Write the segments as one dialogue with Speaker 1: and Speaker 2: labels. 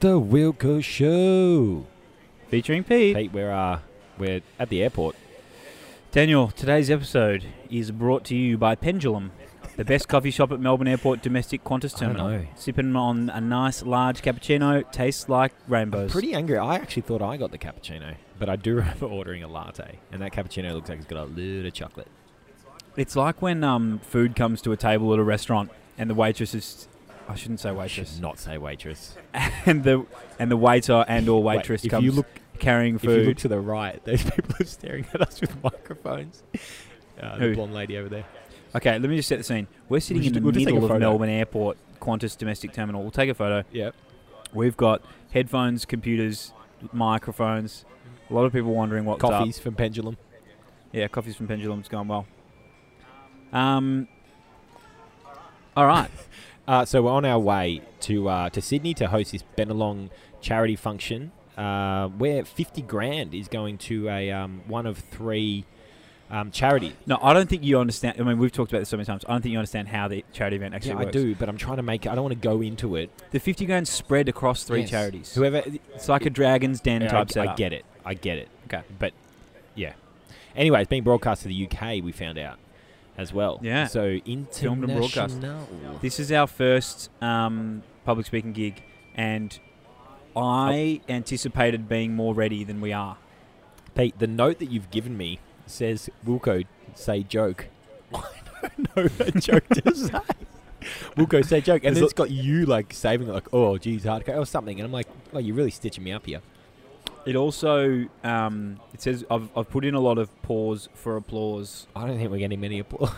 Speaker 1: The Wilco Show.
Speaker 2: Featuring Pete.
Speaker 1: Pete, we're uh, we're at the airport.
Speaker 2: Daniel, today's episode is brought to you by Pendulum, the best coffee shop at Melbourne Airport domestic Qantas
Speaker 1: I don't
Speaker 2: terminal.
Speaker 1: know.
Speaker 2: Sipping on a nice large cappuccino, tastes like rainbows.
Speaker 1: Pretty angry. I actually thought I got the cappuccino, but I do remember ordering a latte, and that cappuccino looks like it's got a little chocolate.
Speaker 2: It's like when um, food comes to a table at a restaurant and the waitress is. I shouldn't say
Speaker 1: I should
Speaker 2: waitress.
Speaker 1: not say waitress.
Speaker 2: and the and the waiter and or
Speaker 1: Wait,
Speaker 2: waitress
Speaker 1: if
Speaker 2: comes
Speaker 1: you look,
Speaker 2: carrying
Speaker 1: if you
Speaker 2: food.
Speaker 1: look to the right, those people are staring at us with microphones. Uh, the
Speaker 2: Who?
Speaker 1: blonde lady over there.
Speaker 2: okay, let me just set the scene. We're sitting
Speaker 1: We'll
Speaker 2: in
Speaker 1: just-
Speaker 2: the
Speaker 1: we'll just take a
Speaker 2: middle of
Speaker 1: photo.
Speaker 2: Melbourne Airport Qantas domestic terminal. We'll take a photo.
Speaker 1: Yep.
Speaker 2: We've got headphones, computers, microphones. A lot of people wondering what's up.
Speaker 1: Coffees from Pendulum.
Speaker 2: Yeah, coffee's from Pendulum's gone well. Um. All right.
Speaker 1: Uh, so we're on our way to uh, to Sydney to host this Benelong charity function, uh, where fifty grand is going to a um, one of three um, charities.
Speaker 2: No, I don't think you understand. I mean, we've talked about this so many times. I don't think you understand how the charity event actually
Speaker 1: Yeah, I
Speaker 2: works.
Speaker 1: do, but I'm trying to make. I don't want to go into it.
Speaker 2: The fifty grand spread across three
Speaker 1: Yes.
Speaker 2: charities.
Speaker 1: Whoever
Speaker 2: It's like a Dragons Den
Speaker 1: Yeah, I,
Speaker 2: type
Speaker 1: I
Speaker 2: setup.
Speaker 1: get it. I get it.
Speaker 2: Okay.
Speaker 1: but yeah. Anyway, it's being broadcast to the UK. We found out as well.
Speaker 2: Yeah.
Speaker 1: So
Speaker 2: and
Speaker 1: international.
Speaker 2: broadcast. This is our first um, public speaking gig, and I
Speaker 1: Oh.
Speaker 2: anticipated being more ready than we are.
Speaker 1: Pete, the note that you've given me says Wilco say joke. I don't know that joke to say. Wilco say joke, and then it's got you like saving it, like oh geez, hard or something, and I'm like, oh, you're really stitching me up here.
Speaker 2: It also um, it says I've, I've put in a lot of pause for applause.
Speaker 1: I don't think we're getting many applause.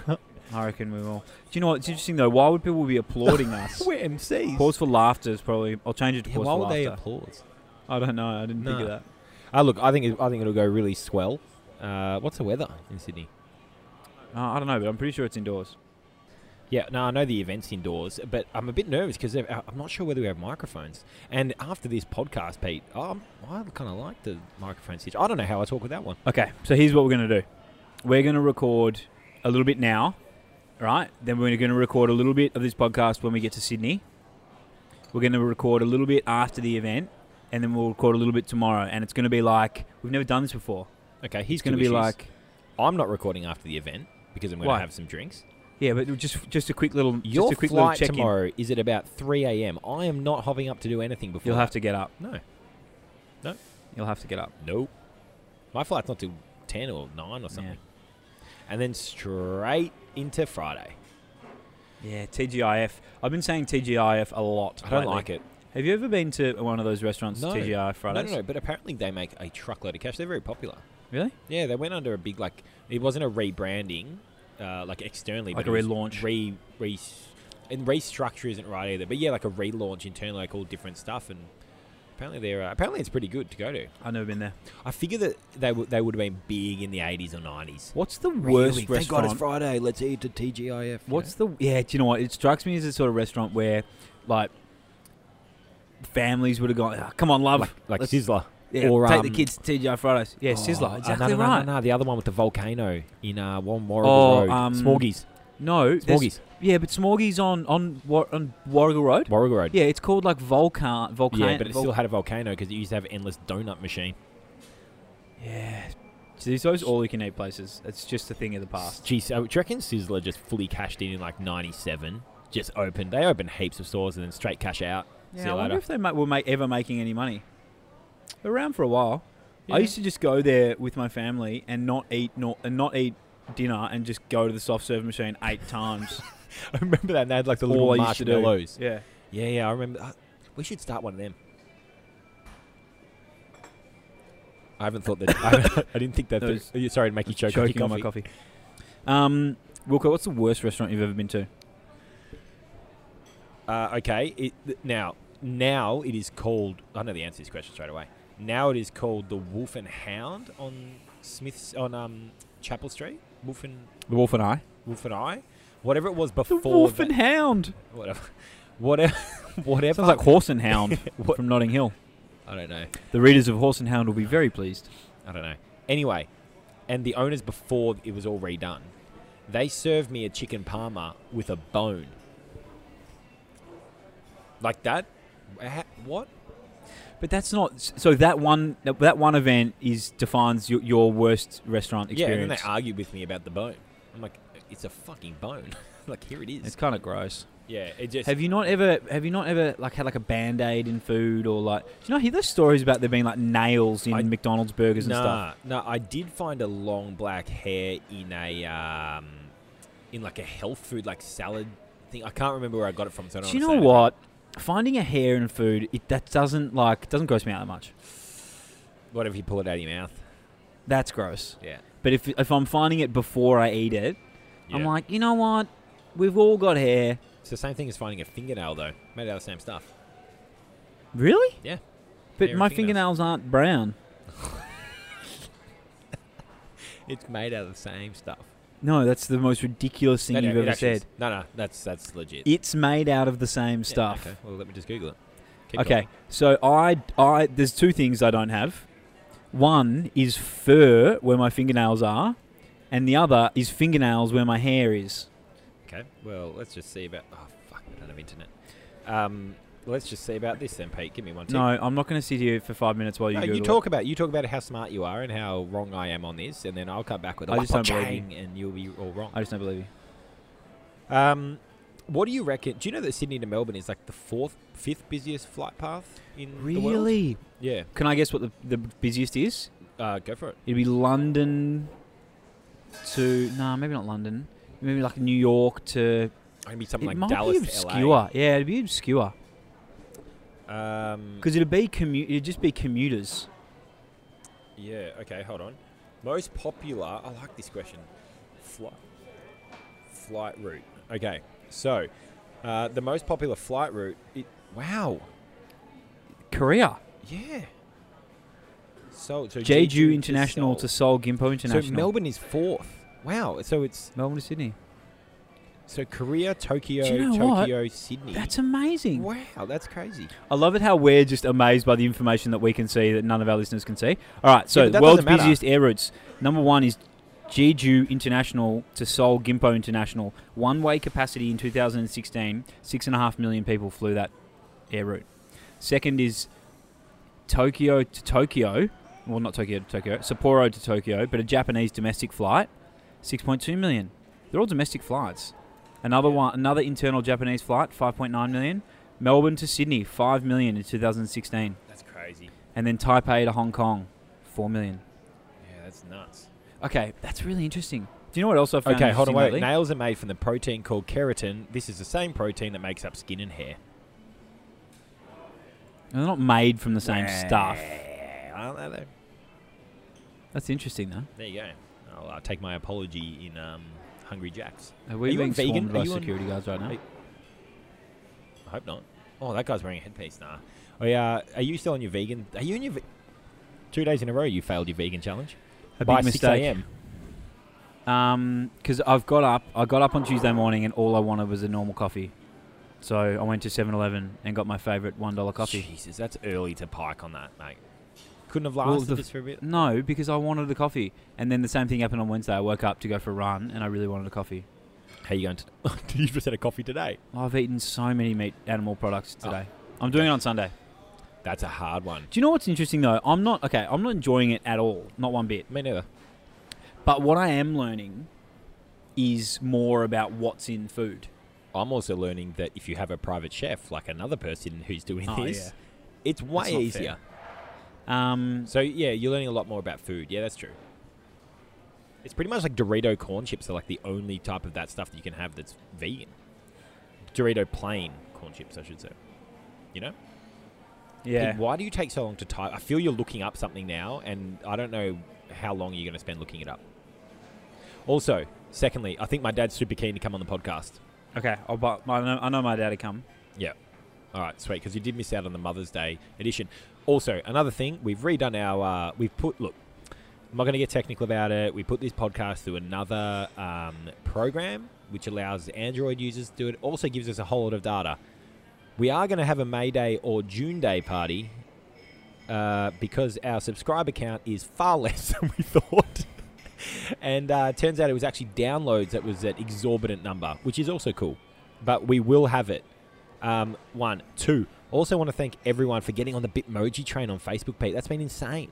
Speaker 2: I reckon we will. Do you know what? It's interesting though. Why would people be applauding us?
Speaker 1: we're MCs.
Speaker 2: Pause for laughter is probably. I'll change it to
Speaker 1: Yeah,
Speaker 2: pause
Speaker 1: why
Speaker 2: for
Speaker 1: would they
Speaker 2: laughter.
Speaker 1: applause?
Speaker 2: I don't know. I didn't think
Speaker 1: No.
Speaker 2: of that.
Speaker 1: Ah, look, I think it, I think it'll go really swell. Uh, what's the weather in Sydney?
Speaker 2: Uh, I don't know, but I'm pretty sure it's indoors.
Speaker 1: Yeah, no, I know the event's indoors, but I'm a bit nervous because I'm not sure whether we have microphones. And after this podcast, Pete, um, I kind of like the microphone situation. I don't know how I talk with that one.
Speaker 2: Okay, so here's what we're going to do. We're going to record a little bit now, right? Then we're going to record a little bit of this podcast when we get to Sydney. We're going to record a little bit after the event, and then we'll record a little bit tomorrow. And it's going to be like we've never done this before.
Speaker 1: Okay,
Speaker 2: It's
Speaker 1: he's
Speaker 2: going to be like,
Speaker 1: I'm not recording after the event because I'm going
Speaker 2: Why?
Speaker 1: to have some drinks.
Speaker 2: yeah, but just just a quick little
Speaker 1: Your
Speaker 2: just a quick little
Speaker 1: flight
Speaker 2: check in.
Speaker 1: tomorrow is at about 3 a.m. I am not hopping up to do anything before.
Speaker 2: You'll have
Speaker 1: that.
Speaker 2: to get up.
Speaker 1: No,
Speaker 2: You'll have to get up.
Speaker 1: nope. My flight's not till 10 or 9 or something, and then straight into Friday.
Speaker 2: Yeah, TGIF. I've been saying TGIF a lot.
Speaker 1: I don't like it.
Speaker 2: Have you ever been to one of those restaurants,
Speaker 1: No.
Speaker 2: TGIF
Speaker 1: No, no,
Speaker 2: Fridays?
Speaker 1: no. But apparently they make a truckload of cash. They're very popular.
Speaker 2: Really?
Speaker 1: Yeah, they went under a big like it wasn't a rebranding, uh, like externally,
Speaker 2: Like
Speaker 1: but
Speaker 2: a
Speaker 1: it was
Speaker 2: relaunch.
Speaker 1: re re, and restructure isn't right either. But yeah, like a relaunch internally, like all different stuff, and apparently they're uh, apparently it's pretty good to go to.
Speaker 2: I've never been there.
Speaker 1: I figure that they w- they would have been big in the eighties or nineties.
Speaker 2: What's the worst
Speaker 1: Thank God it's
Speaker 2: restaurant?
Speaker 1: Friday. Let's eat to TGIF.
Speaker 2: What's the yeah? Do you know what? It strikes me as a sort of restaurant where, like, families would have gone. "Ah, Come on, love.
Speaker 1: like
Speaker 2: Let's-
Speaker 1: Sizzler?
Speaker 2: yeah,
Speaker 1: or,
Speaker 2: take the
Speaker 1: um,
Speaker 2: kids to TGI Fridays. Yeah,
Speaker 1: Oh,
Speaker 2: Sizzler.
Speaker 1: uh,
Speaker 2: Exactly
Speaker 1: no, no,
Speaker 2: right.
Speaker 1: No, no, the other one with the volcano in uh, One Warrigal
Speaker 2: Oh,
Speaker 1: Road.
Speaker 2: um,
Speaker 1: Smorgies.
Speaker 2: No, there's-
Speaker 1: Smorgies.
Speaker 2: Yeah, but Smorgies on on War, on Warrigal Road.
Speaker 1: Warrigal Road.
Speaker 2: Yeah, it's called like Volcan Volcano.
Speaker 1: yeah, but it still had a volcano because it used to have endless donut machine.
Speaker 2: yeah. There's those all-you-can-eat places. It's just a thing of the past.
Speaker 1: Geez, uh, do you reckon Sizzler just fully cashed in in like '97? Just opened. They opened heaps of stores and then straight cash out. See
Speaker 2: Yeah,
Speaker 1: you
Speaker 2: I wonder
Speaker 1: later.
Speaker 2: if they ma- were ma- ever making any money. They're around for a while.
Speaker 1: Yeah.
Speaker 2: I used to just go there with my family and not eat nor- and not eat dinner and just go to the soft serve machine eight times.
Speaker 1: I remember that. And they had like the
Speaker 2: all
Speaker 1: little
Speaker 2: I used to do.
Speaker 1: marshmallows.
Speaker 2: Yeah.
Speaker 1: Yeah, yeah, I remember. Uh, we should start one of them. I haven't thought that. I, I didn't think that.
Speaker 2: Those-
Speaker 1: through. sorry to make you choke. on your
Speaker 2: Choking on my
Speaker 1: coffee.
Speaker 2: coffee. Um, Wilco, what's the worst restaurant you've ever been to?
Speaker 1: Uh, okay. It, th- now, now it is called. I know the answer to this question straight away. Now it is called the Wolf and Hound on Smith's on um, Chapel Street. Wolf and
Speaker 2: The Wolf and I.
Speaker 1: Wolf and I, whatever it was
Speaker 2: The
Speaker 1: before.
Speaker 2: Wolf
Speaker 1: that-
Speaker 2: and Hound.
Speaker 1: whatever, whatever, whatever.
Speaker 2: Sounds like Horse and Hound
Speaker 1: What-
Speaker 2: from Notting Hill.
Speaker 1: I don't know.
Speaker 2: The readers of Horse and Hound will be very pleased.
Speaker 1: I don't know. Anyway, and the owners before it was all redone, they served me a chicken parma with a bone. Like that? Ha- What?
Speaker 2: But that's not so. That one, that one event is defines your, your worst restaurant
Speaker 1: Yeah, and then they
Speaker 2: experience.
Speaker 1: argued with me about the bone. I'm like, it's a fucking bone. like here it is.
Speaker 2: it's kind of gross.
Speaker 1: yeah, it just
Speaker 2: Have you not ever? Have you not ever like had like a band aid in food or like? Do you not hear those stories about there being like nails in
Speaker 1: I-
Speaker 2: McDonald's burgers and stuff?
Speaker 1: nah, nah, I did find a long black hair in a um, in like a health food like salad thing. I can't remember where I got it from. So I don't
Speaker 2: Do you know
Speaker 1: wanna say it.
Speaker 2: what? Finding a hair in food, it that doesn't like doesn't gross me out that much.
Speaker 1: What if you pull it out of your mouth?
Speaker 2: That's gross.
Speaker 1: Yeah.
Speaker 2: But if if I'm finding it before I eat it, I'm
Speaker 1: Yeah.
Speaker 2: like, you know what? We've all got hair.
Speaker 1: It's the same thing as finding a fingernail though, made out of the same stuff.
Speaker 2: Really?
Speaker 1: Yeah.
Speaker 2: But
Speaker 1: Hair and
Speaker 2: my
Speaker 1: fingernails.
Speaker 2: fingernails aren't brown.
Speaker 1: It's made out of the same stuff.
Speaker 2: No, that's the most ridiculous thing
Speaker 1: No, no,
Speaker 2: you've
Speaker 1: it
Speaker 2: ever
Speaker 1: actually is-
Speaker 2: said.
Speaker 1: No, no, that's that's legit.
Speaker 2: It's made out of the same
Speaker 1: Yeah,
Speaker 2: stuff.
Speaker 1: Okay. Well, let me just Google it. Keep
Speaker 2: Okay, so I, I, there's two things I don't have. One is fur where my fingernails are, and the other is fingernails where my hair is.
Speaker 1: going. Okay. Well, let's just see about. Oh fuck! I don't have internet. Um, let's just see about this then, Pete. Give me one. Tick.
Speaker 2: No, I'm not going to sit here for five minutes while you
Speaker 1: No,
Speaker 2: Google
Speaker 1: you
Speaker 2: it.
Speaker 1: talk about you talk about how smart you are and how wrong I am on this, and then I'll come back with a
Speaker 2: I just don't believe
Speaker 1: "Wapachang," and you'll be all wrong.
Speaker 2: I just don't believe you.
Speaker 1: Um, what do you reckon? Do you know that Sydney to Melbourne is like the fourth, fifth busiest flight path in the world?
Speaker 2: Really?
Speaker 1: Yeah.
Speaker 2: Can I guess what the, the busiest is?
Speaker 1: Uh, go for it.
Speaker 2: It'd be London to nah, maybe not London. Maybe like New York to.
Speaker 1: I mean, something
Speaker 2: it
Speaker 1: like
Speaker 2: might
Speaker 1: Dallas,
Speaker 2: be
Speaker 1: to
Speaker 2: obscure. Yeah, it'd be obscure
Speaker 1: LA. Um,
Speaker 2: because it'd be commu- It'd just be commuters.
Speaker 1: Yeah, okay, hold on. Most popular, I like this question. Flight, flight route. Okay, so uh, the most popular flight route. It, wow.
Speaker 2: Korea,
Speaker 1: Yeah. So, so
Speaker 2: Jeju International to
Speaker 1: Seoul.
Speaker 2: Seoul Gimpo International.
Speaker 1: So Melbourne is fourth. Wow. So it's
Speaker 2: Melbourne to Sydney.
Speaker 1: so Korea, Tokyo,
Speaker 2: Do you know what?
Speaker 1: Tokyo, Sydney.
Speaker 2: That's amazing.
Speaker 1: wow. That's crazy.
Speaker 2: I love it how we're just amazed by the information that we can see that none of our listeners can see. All right, so
Speaker 1: but that
Speaker 2: world's
Speaker 1: doesn't matter.
Speaker 2: busiest air routes. Number one is Jeju International to Seoul Gimpo International. One way capacity in 2016, six and a half million people flew that air route. Second is Tokyo to Tokyo. Well, not Tokyo to Tokyo, Sapporo to Tokyo, but a Japanese domestic flight, 6.2 million. They're all domestic flights. Another one, another internal Japanese flight, 5.9 million. Melbourne to Sydney, 5 million in 2016.
Speaker 1: That's crazy.
Speaker 2: And then Taipei to Hong Kong, 4 million.
Speaker 1: Yeah, that's nuts.
Speaker 2: Okay, that's really interesting. Do you know what else I found
Speaker 1: Okay, hold on.
Speaker 2: interesting
Speaker 1: Wait.
Speaker 2: lately?
Speaker 1: Nails are made from the protein called keratin. This is the same protein that makes up skin and hair.
Speaker 2: They're not made from the same stuff.
Speaker 1: Aren't they though?
Speaker 2: That's interesting, though.
Speaker 1: There you go. I'll uh, take my apology in um, Hungry Jack's.
Speaker 2: Are we
Speaker 1: Are you
Speaker 2: being
Speaker 1: on vegan?
Speaker 2: swarmed
Speaker 1: Are
Speaker 2: by
Speaker 1: you on-
Speaker 2: security guards right now?
Speaker 1: Are- I hope not. Oh, that guy's wearing a headpiece. Nah. Oh yeah. Are you still on your vegan? Are you in your ve- two days in a row? You failed your vegan challenge
Speaker 2: A
Speaker 1: by
Speaker 2: big
Speaker 1: six
Speaker 2: mistake.
Speaker 1: a.m.
Speaker 2: Um, because I've got up, I got up on Tuesday morning, and all I wanted was a normal coffee. So I went to 7-Eleven and got my favorite one dollar coffee.
Speaker 1: Jesus, that's early to pike on that, mate. Couldn't have
Speaker 2: Well,
Speaker 1: lasted
Speaker 2: the-
Speaker 1: this for a bit.
Speaker 2: No, because I wanted a coffee, and then the same thing happened on Wednesday. I woke up to go for a run, and I really wanted a coffee.
Speaker 1: How you going to? Did you just had a coffee today?
Speaker 2: I've eaten so many meat animal products
Speaker 1: Oh.
Speaker 2: today. I'm doing it on Sunday.
Speaker 1: That's a hard one.
Speaker 2: Do you know what's interesting though? I'm not okay. I'm not enjoying it at all, not one bit.
Speaker 1: Me neither.
Speaker 2: But what I am learning is more about what's in food.
Speaker 1: I'm also learning that if you have a private chef, like another person who's doing
Speaker 2: Oh,
Speaker 1: this,
Speaker 2: yeah.
Speaker 1: it's way
Speaker 2: not
Speaker 1: easier.
Speaker 2: Um,
Speaker 1: So yeah, you're learning a lot more about food. Yeah, that's true. It's pretty much like Dorito corn chips are like the only type of that stuff that you can have that's vegan. Dorito plain corn chips, I should say. You know?
Speaker 2: yeah.
Speaker 1: Pete, Why do you take so long to type? I feel you're looking up something now, and I don't know how long you're going to spend looking it up. Also, secondly, I think my dad's super keen to come on the podcast.
Speaker 2: Okay. I'll, but I know, I know my dad would come.
Speaker 1: All right, sweet, because you did miss out on the Mother's Day edition. Also, another thing, we've redone our, uh, we've put, look, I'm not going to get technical about it. We put this podcast through another um, program, which allows Android users to do it. Also gives us a whole lot of data. We are going to have a May Day or June Day party uh, because our subscriber count is far less than we thought. and uh, turns out it was actually downloads that was that exorbitant number, which is also cool. But we will have it. Um, one, two. Also, want to thank everyone for getting on the Bitmoji train on Facebook, Pete. That's been insane.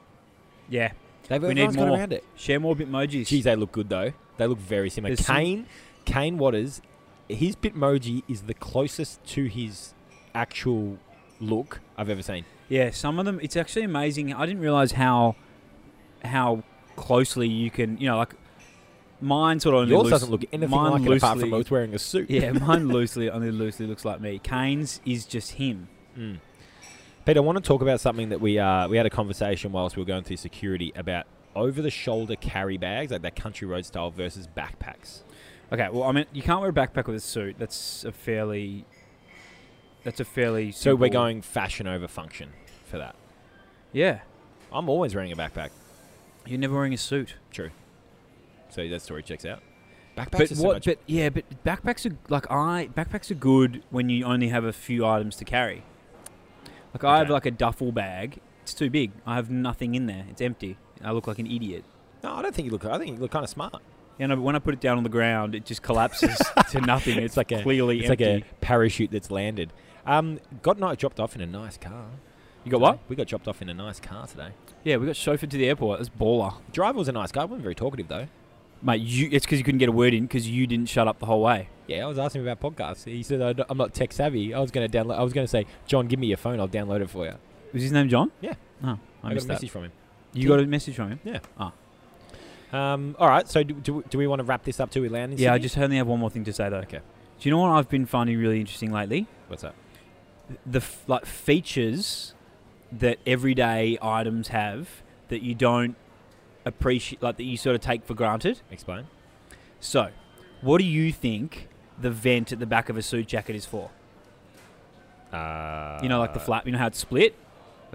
Speaker 2: Yeah.
Speaker 1: They've
Speaker 2: We need
Speaker 1: everyone's
Speaker 2: more.
Speaker 1: got around it.
Speaker 2: Share more Bitmojis.
Speaker 1: Geez, they look good though. They look very similar.
Speaker 2: There's some-
Speaker 1: Kane, Kane Waters, his Bitmoji is the closest to his actual look I've ever seen.
Speaker 2: Yeah, some of them. It's actually amazing. I didn't realize how how closely you can. You know, like mine sort of only
Speaker 1: Yours
Speaker 2: loose-
Speaker 1: doesn't look anything
Speaker 2: mine
Speaker 1: like it apart from
Speaker 2: loosely-
Speaker 1: both wearing a suit.
Speaker 2: Yeah, mine loosely only loosely looks like me. Kane's is just him.
Speaker 1: Mm. Pete, I want to talk about something that we uh, we had a conversation whilst we were going through security about over the shoulder carry bags, like that country road style versus backpacks.
Speaker 2: Okay, well, I mean, you can't wear a backpack with a suit. That's a fairly. That's a fairly.
Speaker 1: So we're
Speaker 2: simple-
Speaker 1: going fashion over function for that.
Speaker 2: Yeah,
Speaker 1: I'm always wearing a backpack,
Speaker 2: you're never wearing a suit.
Speaker 1: so that story checks out. Backpacks
Speaker 2: But
Speaker 1: are
Speaker 2: what?
Speaker 1: so much
Speaker 2: but yeah, but backpacks are like I backpacks are good when you only have a few items to carry. Like I have
Speaker 1: Okay.
Speaker 2: like a duffel bag. It's too big. I have nothing in there. It's empty. I look like an idiot.
Speaker 1: No, I don't think you look. I think you look kind of smart.
Speaker 2: You know, but when I put it down on the ground, it just collapses to nothing. It's,
Speaker 1: like a-
Speaker 2: clearly
Speaker 1: It's
Speaker 2: empty.
Speaker 1: like a parachute that's landed. Um, got night dropped off in a nice car.
Speaker 2: you got what?
Speaker 1: We got dropped off in a nice car today.
Speaker 2: Yeah, we got chauffeured to the airport. That's baller,
Speaker 1: Driver was a nice guy. wasn't very talkative though.
Speaker 2: mate. You. It's because you couldn't get a word in because you didn't shut up the whole way.
Speaker 1: Yeah, I was asking him about podcasts. He said "I don't- I'm not tech savvy. I was going to download. I was going to say, John, give me your phone. I'll download it for you.
Speaker 2: Was his name John?
Speaker 1: Yeah.
Speaker 2: Oh, I,
Speaker 1: I, got a
Speaker 2: missed that.
Speaker 1: message from him.
Speaker 2: You got a message from him?
Speaker 1: Um, all right. So do, do, we, do we want to wrap this up till we land? In
Speaker 2: Yeah, I
Speaker 1: Sydney?
Speaker 2: just only have one more thing to say though.
Speaker 1: Okay.
Speaker 2: Do you know what I've been finding really interesting lately?
Speaker 1: What's that?
Speaker 2: the f- like features that everyday items have that you don't appreciate, like that you sort of take for granted.
Speaker 1: Explain.
Speaker 2: So, what do you think the vent at the back of a suit jacket is for?
Speaker 1: Uh,
Speaker 2: you know, like the flap. You know how it's split.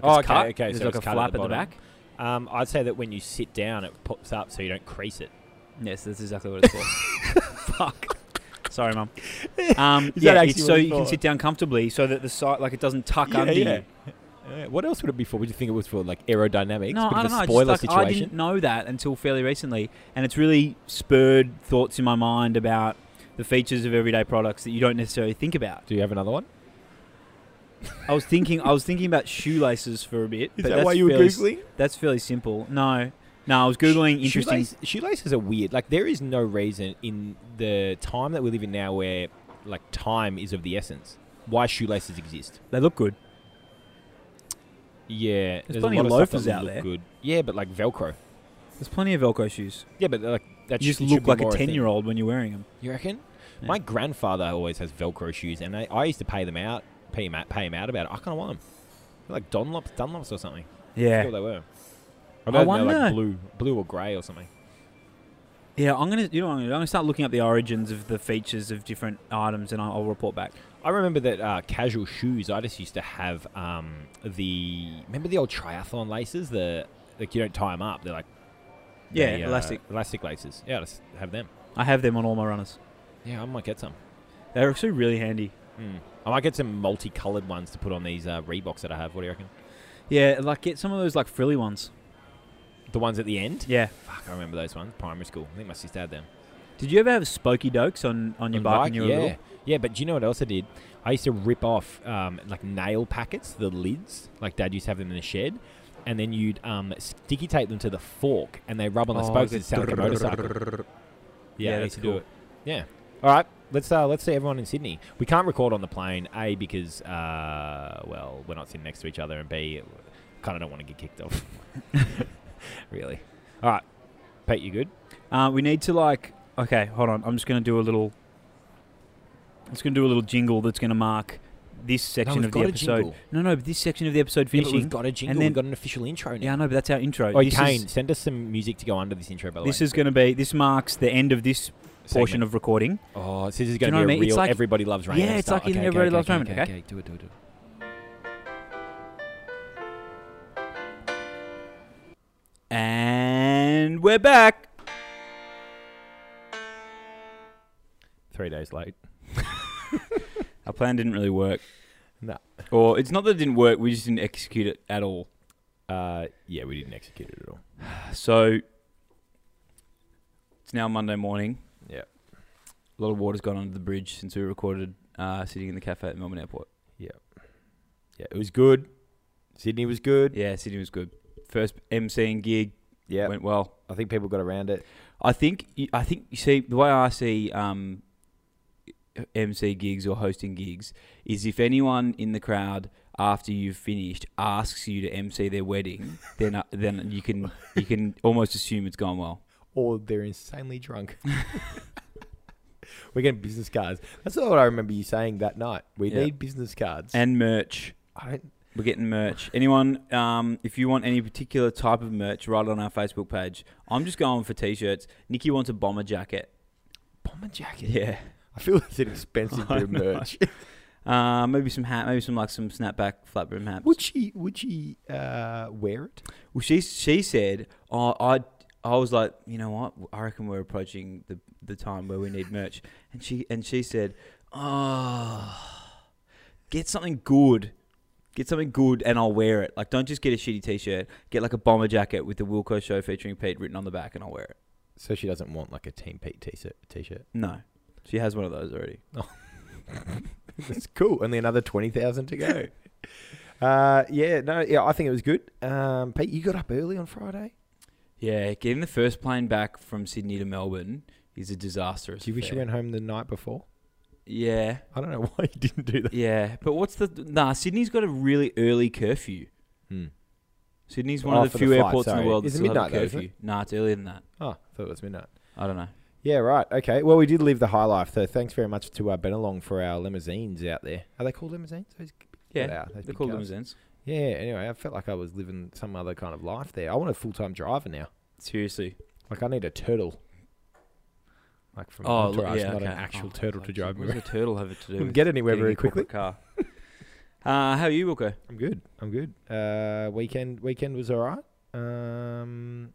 Speaker 2: Like
Speaker 1: Oh,
Speaker 2: it's
Speaker 1: okay,
Speaker 2: cut,
Speaker 1: okay,
Speaker 2: There's
Speaker 1: so
Speaker 2: like
Speaker 1: it's
Speaker 2: a
Speaker 1: cut at
Speaker 2: flap
Speaker 1: the
Speaker 2: at the
Speaker 1: bottom.
Speaker 2: back.
Speaker 1: Um, I'd say that when you sit down, it pops up so you don't crease it.
Speaker 2: Yes, that's exactly what it's for. Fuck. Sorry, mum. Um,
Speaker 1: Is that
Speaker 2: yeah,
Speaker 1: actually
Speaker 2: it's
Speaker 1: what
Speaker 2: so
Speaker 1: it's
Speaker 2: you can
Speaker 1: for?
Speaker 2: sit down comfortably, so that the side, like it doesn't tuck under you.
Speaker 1: Uh, what else would it be for? Would you think it was for like aerodynamics?
Speaker 2: No,
Speaker 1: Bit of a
Speaker 2: I don't know. I just,
Speaker 1: spoiler
Speaker 2: like, I
Speaker 1: situation.
Speaker 2: didn't know that until fairly recently, and it's really spurred thoughts in my mind about the features of everyday products that you don't necessarily think about.
Speaker 1: Do you have another one?
Speaker 2: I was thinking, I was thinking about shoelaces for a bit. but that's fairly, That's fairly simple. No, no, I was googling interesting.
Speaker 1: Shoelace, shoelaces are weird. Like there is no reason in the time that we live in now where like time is of the essence. Why shoelaces exist?
Speaker 2: They look good.
Speaker 1: Yeah, there's,
Speaker 2: plenty
Speaker 1: a lot
Speaker 2: of
Speaker 1: stuff
Speaker 2: loafers
Speaker 1: that
Speaker 2: out
Speaker 1: look
Speaker 2: there.
Speaker 1: Good. Yeah, but like Velcro.
Speaker 2: There's plenty of Velcro shoes.
Speaker 1: Yeah, but like that
Speaker 2: you just
Speaker 1: sh- should
Speaker 2: look
Speaker 1: be
Speaker 2: like a
Speaker 1: more thing.
Speaker 2: ten-year-old when you're wearing them.
Speaker 1: You reckon?
Speaker 2: Yeah.
Speaker 1: My grandfather always has Velcro shoes, and I, I used to pay them out, pay him out, pay him out about it. I kind of want them. They're like Dunlops, Dunlops or something.
Speaker 2: Yeah,
Speaker 1: That's what they were. Eh.
Speaker 2: I
Speaker 1: I, know they're
Speaker 2: wonder-
Speaker 1: like blue, blue or grey or something.
Speaker 2: yeah. I'm gonna, you know, what I'm gonna, I'm gonna start looking up the origins of the features of different items, and I'll, I'll report back.
Speaker 1: I remember that uh, casual shoes. I just used to have um, the remember the old triathlon laces. The like you don't tie them up. They're like
Speaker 2: Yeah,
Speaker 1: they, uh,
Speaker 2: elastic.
Speaker 1: elastic laces. Yeah, let's have them.
Speaker 2: I have them on all my runners.
Speaker 1: Yeah, I might get some.
Speaker 2: They're actually really handy.
Speaker 1: Mm. I might get some multicolored ones to put on these uh, Reeboks that I have. What do you reckon?
Speaker 2: Yeah, like get some of those like frilly ones.
Speaker 1: The ones at the end.
Speaker 2: Yeah.
Speaker 1: Fuck, I remember those ones. Primary school. I think my sister had them.
Speaker 2: Did you ever have spokey dokes on, on your
Speaker 1: On
Speaker 2: bike
Speaker 1: bike,
Speaker 2: when you were
Speaker 1: yeah,
Speaker 2: little?
Speaker 1: yeah. But do you know what else I did? I used to rip off um, like nail packets, the lids. Like Dad used to have them in the shed, and then you'd um, sticky tape them to the fork, and they rub on the
Speaker 2: Oh,
Speaker 1: spokes.
Speaker 2: good.
Speaker 1: It sounds like a motorcycle. Yeah,
Speaker 2: Yeah,
Speaker 1: I
Speaker 2: that's
Speaker 1: used to do
Speaker 2: cool.
Speaker 1: it. Yeah. All right. Let's uh, let's see everyone in Sydney. We can't record on the plane, a because uh, well we're not sitting next to each other, and b kind of don't want to get kicked off. really. All right. Pete, you good?
Speaker 2: Uh, we need to like okay, hold on. I'm just gonna do a little I'm just gonna do a little jingle that's gonna mark this section
Speaker 1: we've
Speaker 2: of the
Speaker 1: got a
Speaker 2: episode.
Speaker 1: jingle.
Speaker 2: No, no, but this section of the episode
Speaker 1: Yeah, but
Speaker 2: finishing.
Speaker 1: we've got a jingle.
Speaker 2: then-
Speaker 1: we've got an official intro now.
Speaker 2: yeah, I know, but that's our intro.
Speaker 1: Oh,
Speaker 2: this
Speaker 1: Kane,
Speaker 2: is,
Speaker 1: send us some music to go under this intro. By the
Speaker 2: this
Speaker 1: way,
Speaker 2: is gonna be this marks the end of this portion of recording.
Speaker 1: of. Oh, so this is
Speaker 2: Do you
Speaker 1: going
Speaker 2: know what I
Speaker 1: to be a
Speaker 2: mean? It's
Speaker 1: real.
Speaker 2: like-
Speaker 1: everybody loves Raymond.
Speaker 2: Yeah, it's
Speaker 1: style.
Speaker 2: like in
Speaker 1: okay, okay,
Speaker 2: Everybody
Speaker 1: okay,
Speaker 2: Loves
Speaker 1: okay,
Speaker 2: Raymond,
Speaker 1: Okay,
Speaker 2: okay?
Speaker 1: okay, do it, do it, do it.
Speaker 2: And we're back.
Speaker 1: Three days late.
Speaker 2: Our plan didn't really work.
Speaker 1: No.
Speaker 2: Or it's not that it didn't work, we just didn't execute it at all.
Speaker 1: Uh, yeah, we didn't execute it at all.
Speaker 2: So it's now Monday morning.
Speaker 1: Yeah.
Speaker 2: A lot of water's gone under the bridge since we recorded uh, sitting in the cafe at Melbourne Airport.
Speaker 1: Yeah. Yeah, it was good. Sydney was good.
Speaker 2: Yeah, Sydney was good. First MCing gig
Speaker 1: Yeah,
Speaker 2: went well.
Speaker 1: I think people got around it.
Speaker 2: I think you- I think you see the way I see um, MC gigs or hosting gigs is if anyone in the crowd after you've finished asks you to MC their wedding, then uh, then you can you can almost assume it's gone well.
Speaker 1: Or they're insanely drunk. We're getting business cards. That's not what I remember you saying that night. We
Speaker 2: Yeah.
Speaker 1: need business cards.
Speaker 2: And merch.
Speaker 1: I don't.
Speaker 2: We're getting merch. Anyone, um, if you want any particular type of merch, write it on our Facebook page. I'm just going for t-shirts. Nikki wants a bomber jacket.
Speaker 1: Bomber jacket.
Speaker 2: Yeah.
Speaker 1: I feel it's an expensive bit of merch.
Speaker 2: Uh, maybe some hat. Maybe some like some snapback flat brim hats.
Speaker 1: Would she? Would she uh, wear it?
Speaker 2: Well, she she said, "Oh, I." I was like, you know what? I reckon we're approaching the the time where we need merch. And she and she said, "Oh, get something good, get something good, and I'll wear it. Like, don't just get a shitty t-shirt. Get like a bomber jacket with the Wilco Show featuring Pete written on the back, and I'll wear it."
Speaker 1: So she doesn't want like a Team Pete t-shirt. T-shirt.
Speaker 2: No, she has one of those already.
Speaker 1: That's cool. Only another twenty thousand to go. Uh, yeah, no, yeah, I think it was good. Um, Pete, you got up early on Friday.
Speaker 2: Yeah, getting the first plane back from Sydney to Melbourne is a disastrous.
Speaker 1: Do you wish you
Speaker 2: affair.
Speaker 1: went home the night before?
Speaker 2: Yeah,
Speaker 1: I don't know why you didn't do that.
Speaker 2: yeah, but what's the nah? Sydney's got a really early curfew.
Speaker 1: Hmm.
Speaker 2: Sydney's one
Speaker 1: Oh,
Speaker 2: of
Speaker 1: for
Speaker 2: the
Speaker 1: the
Speaker 2: few
Speaker 1: flight,
Speaker 2: airports in
Speaker 1: sorry.
Speaker 2: the world that
Speaker 1: Is it
Speaker 2: still have a
Speaker 1: midnight though, isn't
Speaker 2: curfew. Nah, it's earlier than that.
Speaker 1: Oh, I thought it was midnight.
Speaker 2: I don't know.
Speaker 1: Yeah, right. Okay. Well, we did live the high life, so thanks very much to uh, Benelong for our limousines out there. Are they called limousines? Those
Speaker 2: Yeah,
Speaker 1: Wow, those
Speaker 2: They're
Speaker 1: big
Speaker 2: called
Speaker 1: cars.
Speaker 2: limousines.
Speaker 1: Yeah. Anyway, I felt like I was living some other kind of life there. I want a full time driver now.
Speaker 2: Seriously.
Speaker 1: Like I need a turtle. Like from
Speaker 2: Oh, look,
Speaker 1: Entourage,
Speaker 2: yeah,
Speaker 1: not
Speaker 2: okay.
Speaker 1: an actual
Speaker 2: Oh,
Speaker 1: turtle to
Speaker 2: fuck,
Speaker 1: drive
Speaker 2: What
Speaker 1: me.
Speaker 2: does a turtle have to do
Speaker 1: Can
Speaker 2: with
Speaker 1: get anywhere
Speaker 2: getting
Speaker 1: very
Speaker 2: a corporate
Speaker 1: quickly.
Speaker 2: car? Uh, how are you, Wilco?
Speaker 1: I'm good. I'm good. Uh, weekend weekend was all right. Um,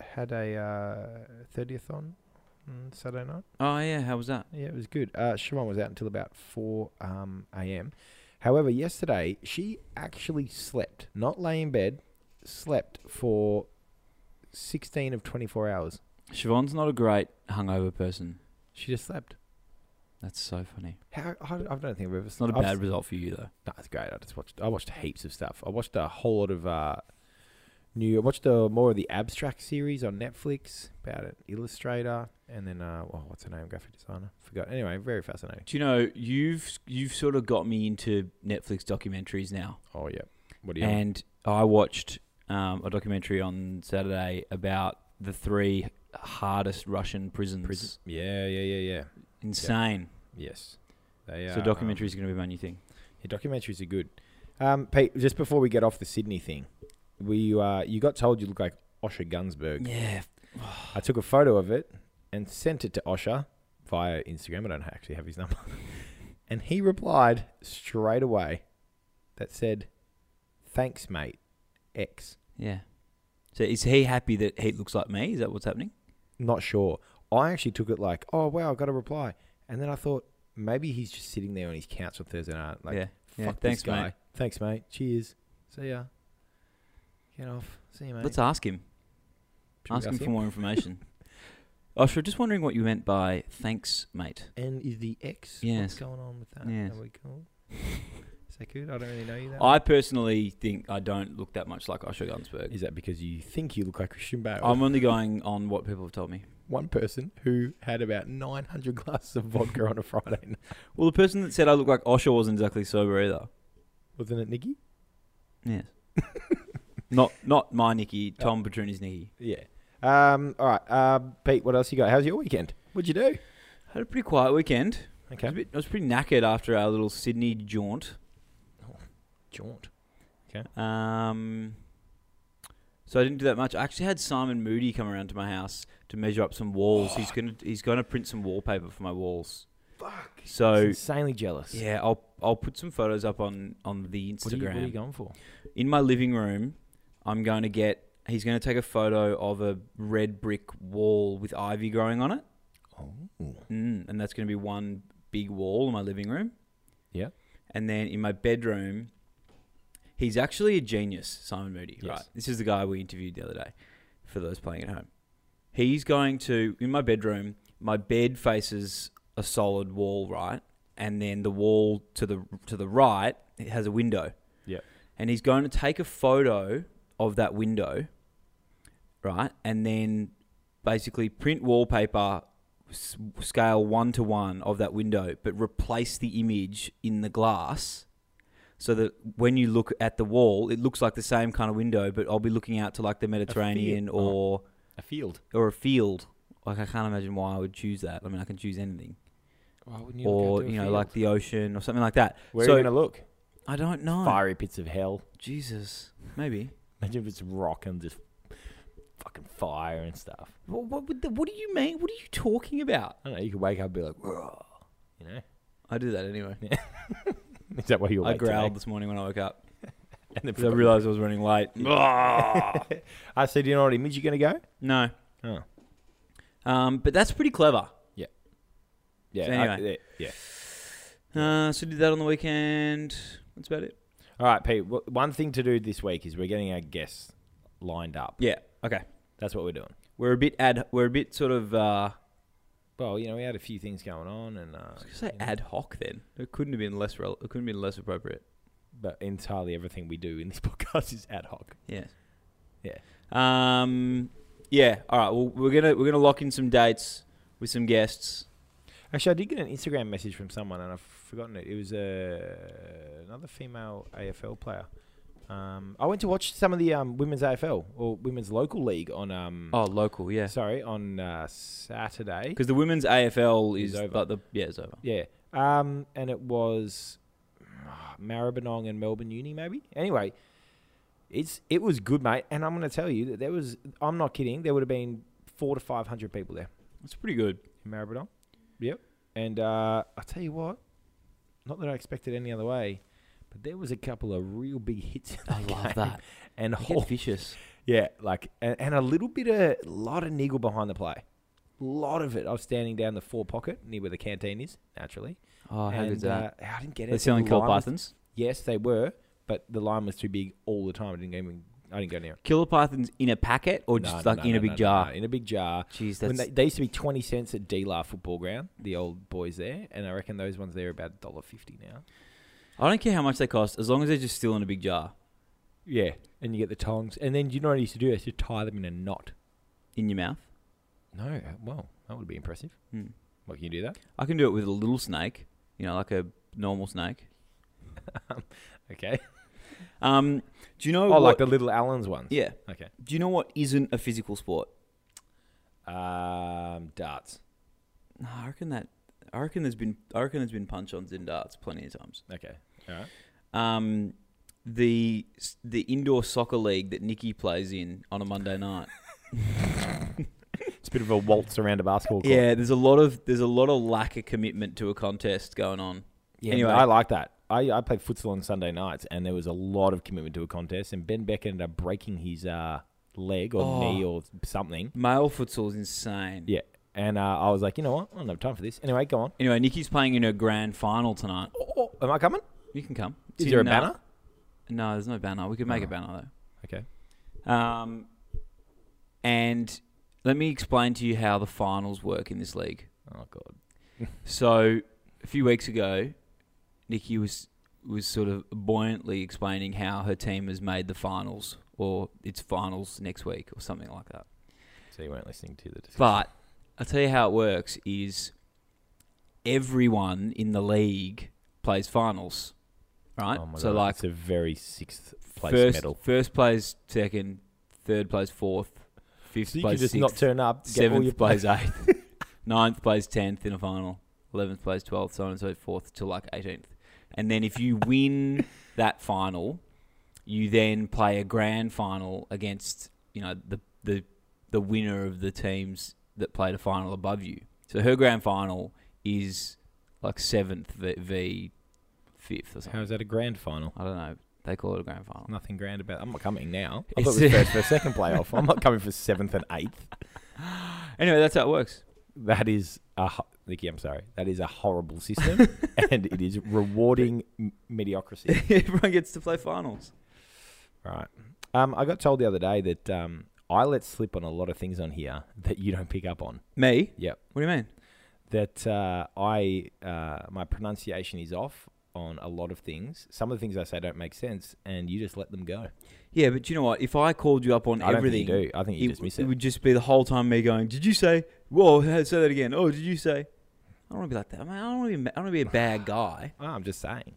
Speaker 1: had a uh, thirtieth on mm, Saturday night.
Speaker 2: Oh yeah, how was that?
Speaker 1: Yeah, it was good. Uh, Siobhan was out until about 4 um, a.m. However, yesterday she actually slept, not lay in bed, slept for 16 of 24 hours.
Speaker 2: Siobhan's not a great hungover person.
Speaker 1: She just slept.
Speaker 2: That's so funny.
Speaker 1: How I, I don't think I've ever
Speaker 2: It's not a
Speaker 1: I've-
Speaker 2: bad result for you though.
Speaker 1: No, it's great. I just watched. I watched heaps of stuff. I watched a whole lot of uh, new. I watched uh, more of the abstract series on Netflix about an illustrator, and then uh, oh, what's her name? Graphic designer. Forgot. Anyway, very fascinating.
Speaker 2: Do you know you've you've sort of got me into Netflix documentaries now.
Speaker 1: Oh yeah. What do you?
Speaker 2: And I watched um, a documentary on Saturday about the three hardest Russian prisons.
Speaker 1: Prison. Yeah, yeah, yeah, yeah.
Speaker 2: Insane.
Speaker 1: Yes. They
Speaker 2: so
Speaker 1: um,
Speaker 2: documentaries is going to be my new thing.
Speaker 1: yeah, documentaries are good. Um, Pete, just before we get off the Sydney thing, we uh, you got told you look like Osher Gunsberg.
Speaker 2: Yeah.
Speaker 1: I took a photo of it and sent it to Osher via Instagram. I don't actually have his number. and he replied straight away that said, Thanks, mate. X.
Speaker 2: Yeah. So is he happy that he looks like me? Is that what's happening?
Speaker 1: Not sure. I actually took it like, Oh, wow, I got a reply. And then I thought, maybe he's just sitting there on his couch on Thursday night. Like,
Speaker 2: yeah.
Speaker 1: fuck
Speaker 2: Yeah,
Speaker 1: this
Speaker 2: thanks,
Speaker 1: guy.
Speaker 2: mate.
Speaker 1: Thanks, mate. Cheers. See ya. Get off. See you, mate.
Speaker 2: Let's ask him.
Speaker 1: Should we
Speaker 2: ask him
Speaker 1: ask
Speaker 2: for
Speaker 1: him?
Speaker 2: more information. Osher, just wondering what you meant by thanks, mate.
Speaker 1: And is the X?
Speaker 2: Yes.
Speaker 1: What's going on with that?
Speaker 2: Yes.
Speaker 1: Are we cool? is that good? I don't really know you that.
Speaker 2: I personally think I don't look that much like Osher Gunsberg.
Speaker 1: is that because you think you look like Christian Bale?
Speaker 2: I'm only going on what people have told me.
Speaker 1: one person who had about 900 glasses of vodka on a Friday night.
Speaker 2: Well, the person that said I look like Osher wasn't exactly sober either.
Speaker 1: Wasn't it Nikki?
Speaker 2: Yes. not not my Nikki, Tom Petruni's Nikki.
Speaker 1: Yeah. Um, all right. Uh, Pete, what else you got? How's your weekend? What'd you do?
Speaker 2: Had a pretty quiet weekend. I, was a
Speaker 1: Okay.
Speaker 2: bit, I was pretty knackered after our little Sydney jaunt.
Speaker 1: Jaunt.
Speaker 2: Um, so I didn't do that much. I actually had Simon Moody come around to my house to measure up some walls. He's gonna he's gonna print some wallpaper for my walls.
Speaker 1: Fuck.
Speaker 2: So
Speaker 1: insanely jealous.
Speaker 2: yeah, I'll I'll put some photos up on on the Instagram.
Speaker 1: What are, you, what are you going for?
Speaker 2: in my living room, I'm going to get. He's going to take a photo of a red brick wall with ivy growing on it.
Speaker 1: Oh.
Speaker 2: Mm, and that's going to be one big wall in my living room.
Speaker 1: Yeah.
Speaker 2: And then in my bedroom, he's actually a genius, Simon Moody.
Speaker 1: Yes.
Speaker 2: Right. This is the guy we interviewed the other day for those playing at home. He's going to, in my bedroom, my bed faces a solid wall, right? and then the wall to the to the right it has a window.
Speaker 1: Yep.
Speaker 2: And he's going to take a photo of that window, right? And then basically print wallpaper s- scale 1 to 1 of that window but replace the image in the glass so that when you look at the wall it looks like the same kind of window but I'll be looking out to like the Mediterranean
Speaker 1: oh.
Speaker 2: or
Speaker 1: A field.
Speaker 2: or a field. Like I can't imagine why I would choose that. I mean, I can choose anything,
Speaker 1: Why wouldn't
Speaker 2: or you know, like the ocean or something like that.
Speaker 1: Where
Speaker 2: so
Speaker 1: are you going to look?
Speaker 2: I don't know.
Speaker 1: Fiery pits of hell.
Speaker 2: Jesus, maybe.
Speaker 1: Imagine if it's rock and just fucking fire and stuff.
Speaker 2: What, what, would the, what do you mean? What are you talking about?
Speaker 1: I don't know. You could wake up and be like, "Whoa," you know?
Speaker 2: I do that anyway.
Speaker 1: Is that why you're
Speaker 2: I
Speaker 1: awake today?
Speaker 2: growled this morning when I woke up
Speaker 1: And then
Speaker 2: because I realised I was running late.
Speaker 1: I said, you know what image you're going to
Speaker 2: no,
Speaker 1: go? Oh.
Speaker 2: um, but that's pretty clever.
Speaker 1: Yeah.
Speaker 2: So
Speaker 1: I-
Speaker 2: anyway.
Speaker 1: yeah, yeah.
Speaker 2: Uh, so did that on the weekend. That's about it.
Speaker 1: All right, Pete. wh- One thing to do this week is we're getting our guests lined up.
Speaker 2: Yeah. Okay.
Speaker 1: That's what we're doing.
Speaker 2: We're a bit ad. We're a bit sort of. Uh,
Speaker 1: Well, you know, we had a few things going on, and uh,
Speaker 2: I was gonna say ad hoc. Then it couldn't have been less. Rel- it couldn't have been less appropriate.
Speaker 1: but entirely everything we do in this podcast is ad hoc.
Speaker 2: Yeah.
Speaker 1: Yeah.
Speaker 2: Um. Yeah. All right. Well, we're gonna we're gonna lock in some dates with some guests.
Speaker 1: Actually, I did get an Instagram message from someone, and I've forgotten it. It was uh, another female AFL player. Um, I went to watch some of the um, women's AFL or women's local league on. Um,
Speaker 2: Oh, local. Yeah.
Speaker 1: sorry, on uh, Saturday.
Speaker 2: Because the women's AFL
Speaker 1: Is
Speaker 2: is,
Speaker 1: over.
Speaker 2: like the yeah, it's over.
Speaker 1: Yeah. Um, and it was ah, Maribyrnong and Melbourne Uni, maybe. Anyway, it's it was good, mate. And I'm going to tell you that there was. I'm not kidding. There would have been four to five hundred people there
Speaker 2: It's pretty good.
Speaker 1: in Maribyrnong. Yep. And uh, I tell you what, not that I expected any other way, but there was a couple of real big hits. in
Speaker 2: I
Speaker 1: the
Speaker 2: love
Speaker 1: game.
Speaker 2: that.
Speaker 1: And
Speaker 2: They
Speaker 1: whole
Speaker 2: Get vicious.
Speaker 1: yeah, like and, and a little bit of lot of niggle behind the play. Lot of it. I was standing down the four pocket near where the canteen is, naturally.
Speaker 2: Oh, how
Speaker 1: And,
Speaker 2: good's that?
Speaker 1: Uh, I didn't get it.
Speaker 2: They're selling killer
Speaker 1: line was-
Speaker 2: pythons.
Speaker 1: yes, they were, but the line was too big all the time. I didn't even. I didn't go near it.
Speaker 2: Killer pythons in a packet or just
Speaker 1: No,
Speaker 2: like
Speaker 1: no,
Speaker 2: in
Speaker 1: no,
Speaker 2: a big
Speaker 1: no, no,
Speaker 2: jar.
Speaker 1: no, in a big jar.
Speaker 2: Jeez,
Speaker 1: When
Speaker 2: that's
Speaker 1: they, they used to be twenty cents at D-La football ground, the old boys there, and I reckon those ones there are about dollar fifty now.
Speaker 2: I don't care how much they cost as long as they're just still in a big jar
Speaker 1: Yeah, and you get the tongs, and then you know what I used to do? I used to tie them in a knot.
Speaker 2: in your mouth.
Speaker 1: No, uh, well, that would be impressive.
Speaker 2: Hmm.
Speaker 1: What can you do that?
Speaker 2: I can do it with a little snake, you know, like a normal snake.
Speaker 1: Okay.
Speaker 2: Um, do you know?
Speaker 1: Oh,
Speaker 2: what,
Speaker 1: like the little Allen's ones.
Speaker 2: yeah.
Speaker 1: Okay.
Speaker 2: Do you know what isn't a physical sport?
Speaker 1: Um, darts.
Speaker 2: No, I reckon that. I reckon there's been. I reckon there's been punch ons in darts plenty of times.
Speaker 1: Okay. All right.
Speaker 2: Um, the the indoor soccer league that Nikki plays in on a Monday night.
Speaker 1: It's a bit of a waltz around a basketball court.
Speaker 2: yeah, there's a lot of there's a lot of lack of commitment to a contest going on.
Speaker 1: Yeah,
Speaker 2: Anyway.
Speaker 1: anyway, I like that. I, I played futsal on Sunday nights, and there was a lot of commitment to a contest. And Ben Beck ended up breaking his uh, leg or
Speaker 2: Oh.
Speaker 1: knee or something.
Speaker 2: Male futsal is insane.
Speaker 1: Yeah, and uh, I was like, you know what? I don't have time for this. Anyway, go on.
Speaker 2: Anyway, Nikki's playing in her grand final tonight.
Speaker 1: Oh, oh, am I coming?
Speaker 2: You can come.
Speaker 1: Is
Speaker 2: It's
Speaker 1: there a
Speaker 2: in, uh,
Speaker 1: banner?
Speaker 2: no, there's no banner. We could make a
Speaker 1: Oh.
Speaker 2: banner though.
Speaker 1: Okay.
Speaker 2: Um, and let me explain to you how the finals work in this league.
Speaker 1: Oh god.
Speaker 2: So a few weeks ago, Nikki was was sort of buoyantly explaining how her team has made the finals or its finals next week or something like that.
Speaker 1: So you weren't listening to the discussion.
Speaker 2: But I'll tell you how it works is everyone in the league plays finals. Right?
Speaker 1: oh my
Speaker 2: so
Speaker 1: God,
Speaker 2: like
Speaker 1: it's a very sixth place
Speaker 2: first
Speaker 1: medal.
Speaker 2: first plays second, third plays fourth, fifth
Speaker 1: So you could
Speaker 2: plays
Speaker 1: just
Speaker 2: sixth.
Speaker 1: not turn up. get all your
Speaker 2: Seventh plays eighth, ninth plays tenth in a final, eleventh plays twelfth, so on and so forth till like eighteenth. And then if you win that final, you then play a grand final against you know the the the winner of the teams that played a final above you. So her grand final is like seventh v, v fifth or
Speaker 1: How
Speaker 2: something.
Speaker 1: is that a grand final?
Speaker 2: I don't know. They call it a grand final.
Speaker 1: Nothing grand about. I'm not coming now. I
Speaker 2: It's
Speaker 1: thought it was first for second playoff. I'm not coming for seventh and eighth.
Speaker 2: Anyway, that's how it works.
Speaker 1: That is a ho- Nikki. I'm sorry. That is a horrible system, and it is rewarding m- mediocrity.
Speaker 2: Everyone gets to play finals.
Speaker 1: Right. Um, I got told the other day that um, I let slip on a lot of things on here that you don't pick up on.
Speaker 2: Me?
Speaker 1: Yep.
Speaker 2: What do you mean?
Speaker 1: that uh, I uh, my pronunciation is off on a lot of things. Some of the things I say don't make sense, and you just let them go.
Speaker 2: Yeah, but you know what? If I called you up on
Speaker 1: I don't
Speaker 2: everything,
Speaker 1: think you do. I think you
Speaker 2: it,
Speaker 1: just miss
Speaker 2: it
Speaker 1: it.
Speaker 2: would just be the whole time me going, "Did you say? Whoa, say that again. Oh, did you say?" I don't want to be like that. Man, I don't want to be. I don't want to be a bad guy.
Speaker 1: Ah, I'm just saying.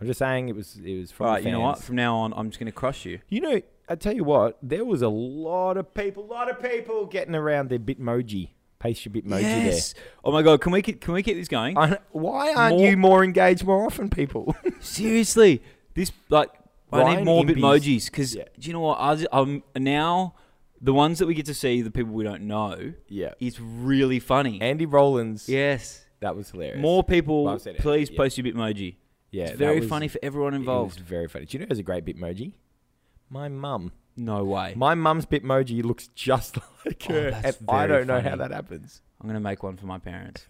Speaker 1: I'm just saying it was it was from
Speaker 2: All
Speaker 1: the
Speaker 2: right,
Speaker 1: fans.
Speaker 2: you know what? From now on, I'm just going to crush you.
Speaker 1: You know, I tell you what, there was a lot of people, lot of people getting around their Bitmoji, paste your Bitmoji
Speaker 2: yes. Oh my god, can we ke- can we keep this going?
Speaker 1: there. I, why aren't
Speaker 2: More-
Speaker 1: you more engaged more often, people?
Speaker 2: Seriously, this like I need
Speaker 1: Ryan
Speaker 2: more
Speaker 1: Impey's-
Speaker 2: bitmojis because
Speaker 1: Yeah.
Speaker 2: do you know what? I, I'm now the ones that we get to see, the people we don't know,
Speaker 1: yeah.
Speaker 2: is really funny.
Speaker 1: Andy Rollins.
Speaker 2: yes.
Speaker 1: That was hilarious.
Speaker 2: More people,
Speaker 1: Well, I've said it,
Speaker 2: please
Speaker 1: yeah.
Speaker 2: post your bitmoji.
Speaker 1: Yeah.
Speaker 2: It's
Speaker 1: that
Speaker 2: very
Speaker 1: was-
Speaker 2: funny for everyone
Speaker 1: it was
Speaker 2: involved.
Speaker 1: very funny. Do you know who's a great Bitmoji? My mum.
Speaker 2: No way.
Speaker 1: My mum's Bitmoji looks just like
Speaker 2: Oh,
Speaker 1: her. And
Speaker 2: that's
Speaker 1: I
Speaker 2: very
Speaker 1: don't know how
Speaker 2: funny.
Speaker 1: that happens.
Speaker 2: I'm gonna make one for my parents.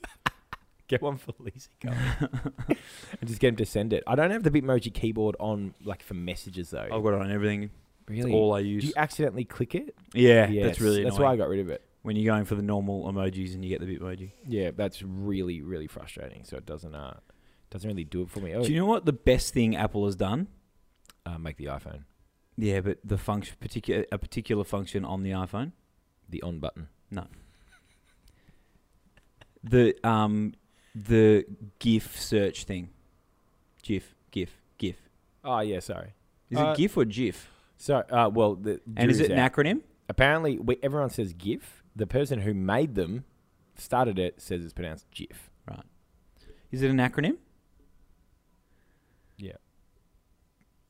Speaker 1: Get one for Lisa Cole. and just get him to send it. I don't have the Bitmoji keyboard on, like, for messages, though.
Speaker 2: I've got it on everything. It's
Speaker 1: Oh, really?
Speaker 2: all I
Speaker 1: Do
Speaker 2: use.
Speaker 1: you accidentally click it?
Speaker 2: yeah,
Speaker 1: Yes,
Speaker 2: that's really
Speaker 1: Eh, That's why I
Speaker 2: annoying.
Speaker 1: got rid of it.
Speaker 2: when you're going for the normal emojis and you get the bitmoji.
Speaker 1: Yeah, that's really, really frustrating. So it doesn't uh, doesn't really do it for me. Oh,
Speaker 2: Do you know what the best thing Apple has done?
Speaker 1: uh, make the iPhone
Speaker 2: Yeah, but the function particular a particular function on the iPhone.
Speaker 1: the on button.
Speaker 2: The um the GIF search thing. GIF, GIF, GIF.
Speaker 1: Oh yeah, sorry.
Speaker 2: Is
Speaker 1: Uh,
Speaker 2: it GIF or GIF?
Speaker 1: So uh, well, the
Speaker 2: And is
Speaker 1: jury's
Speaker 2: it an
Speaker 1: out.
Speaker 2: acronym?
Speaker 1: apparently we, everyone says GIF. The person who made them, started it, says it's pronounced GIF.
Speaker 2: Is it an acronym?
Speaker 1: Yeah.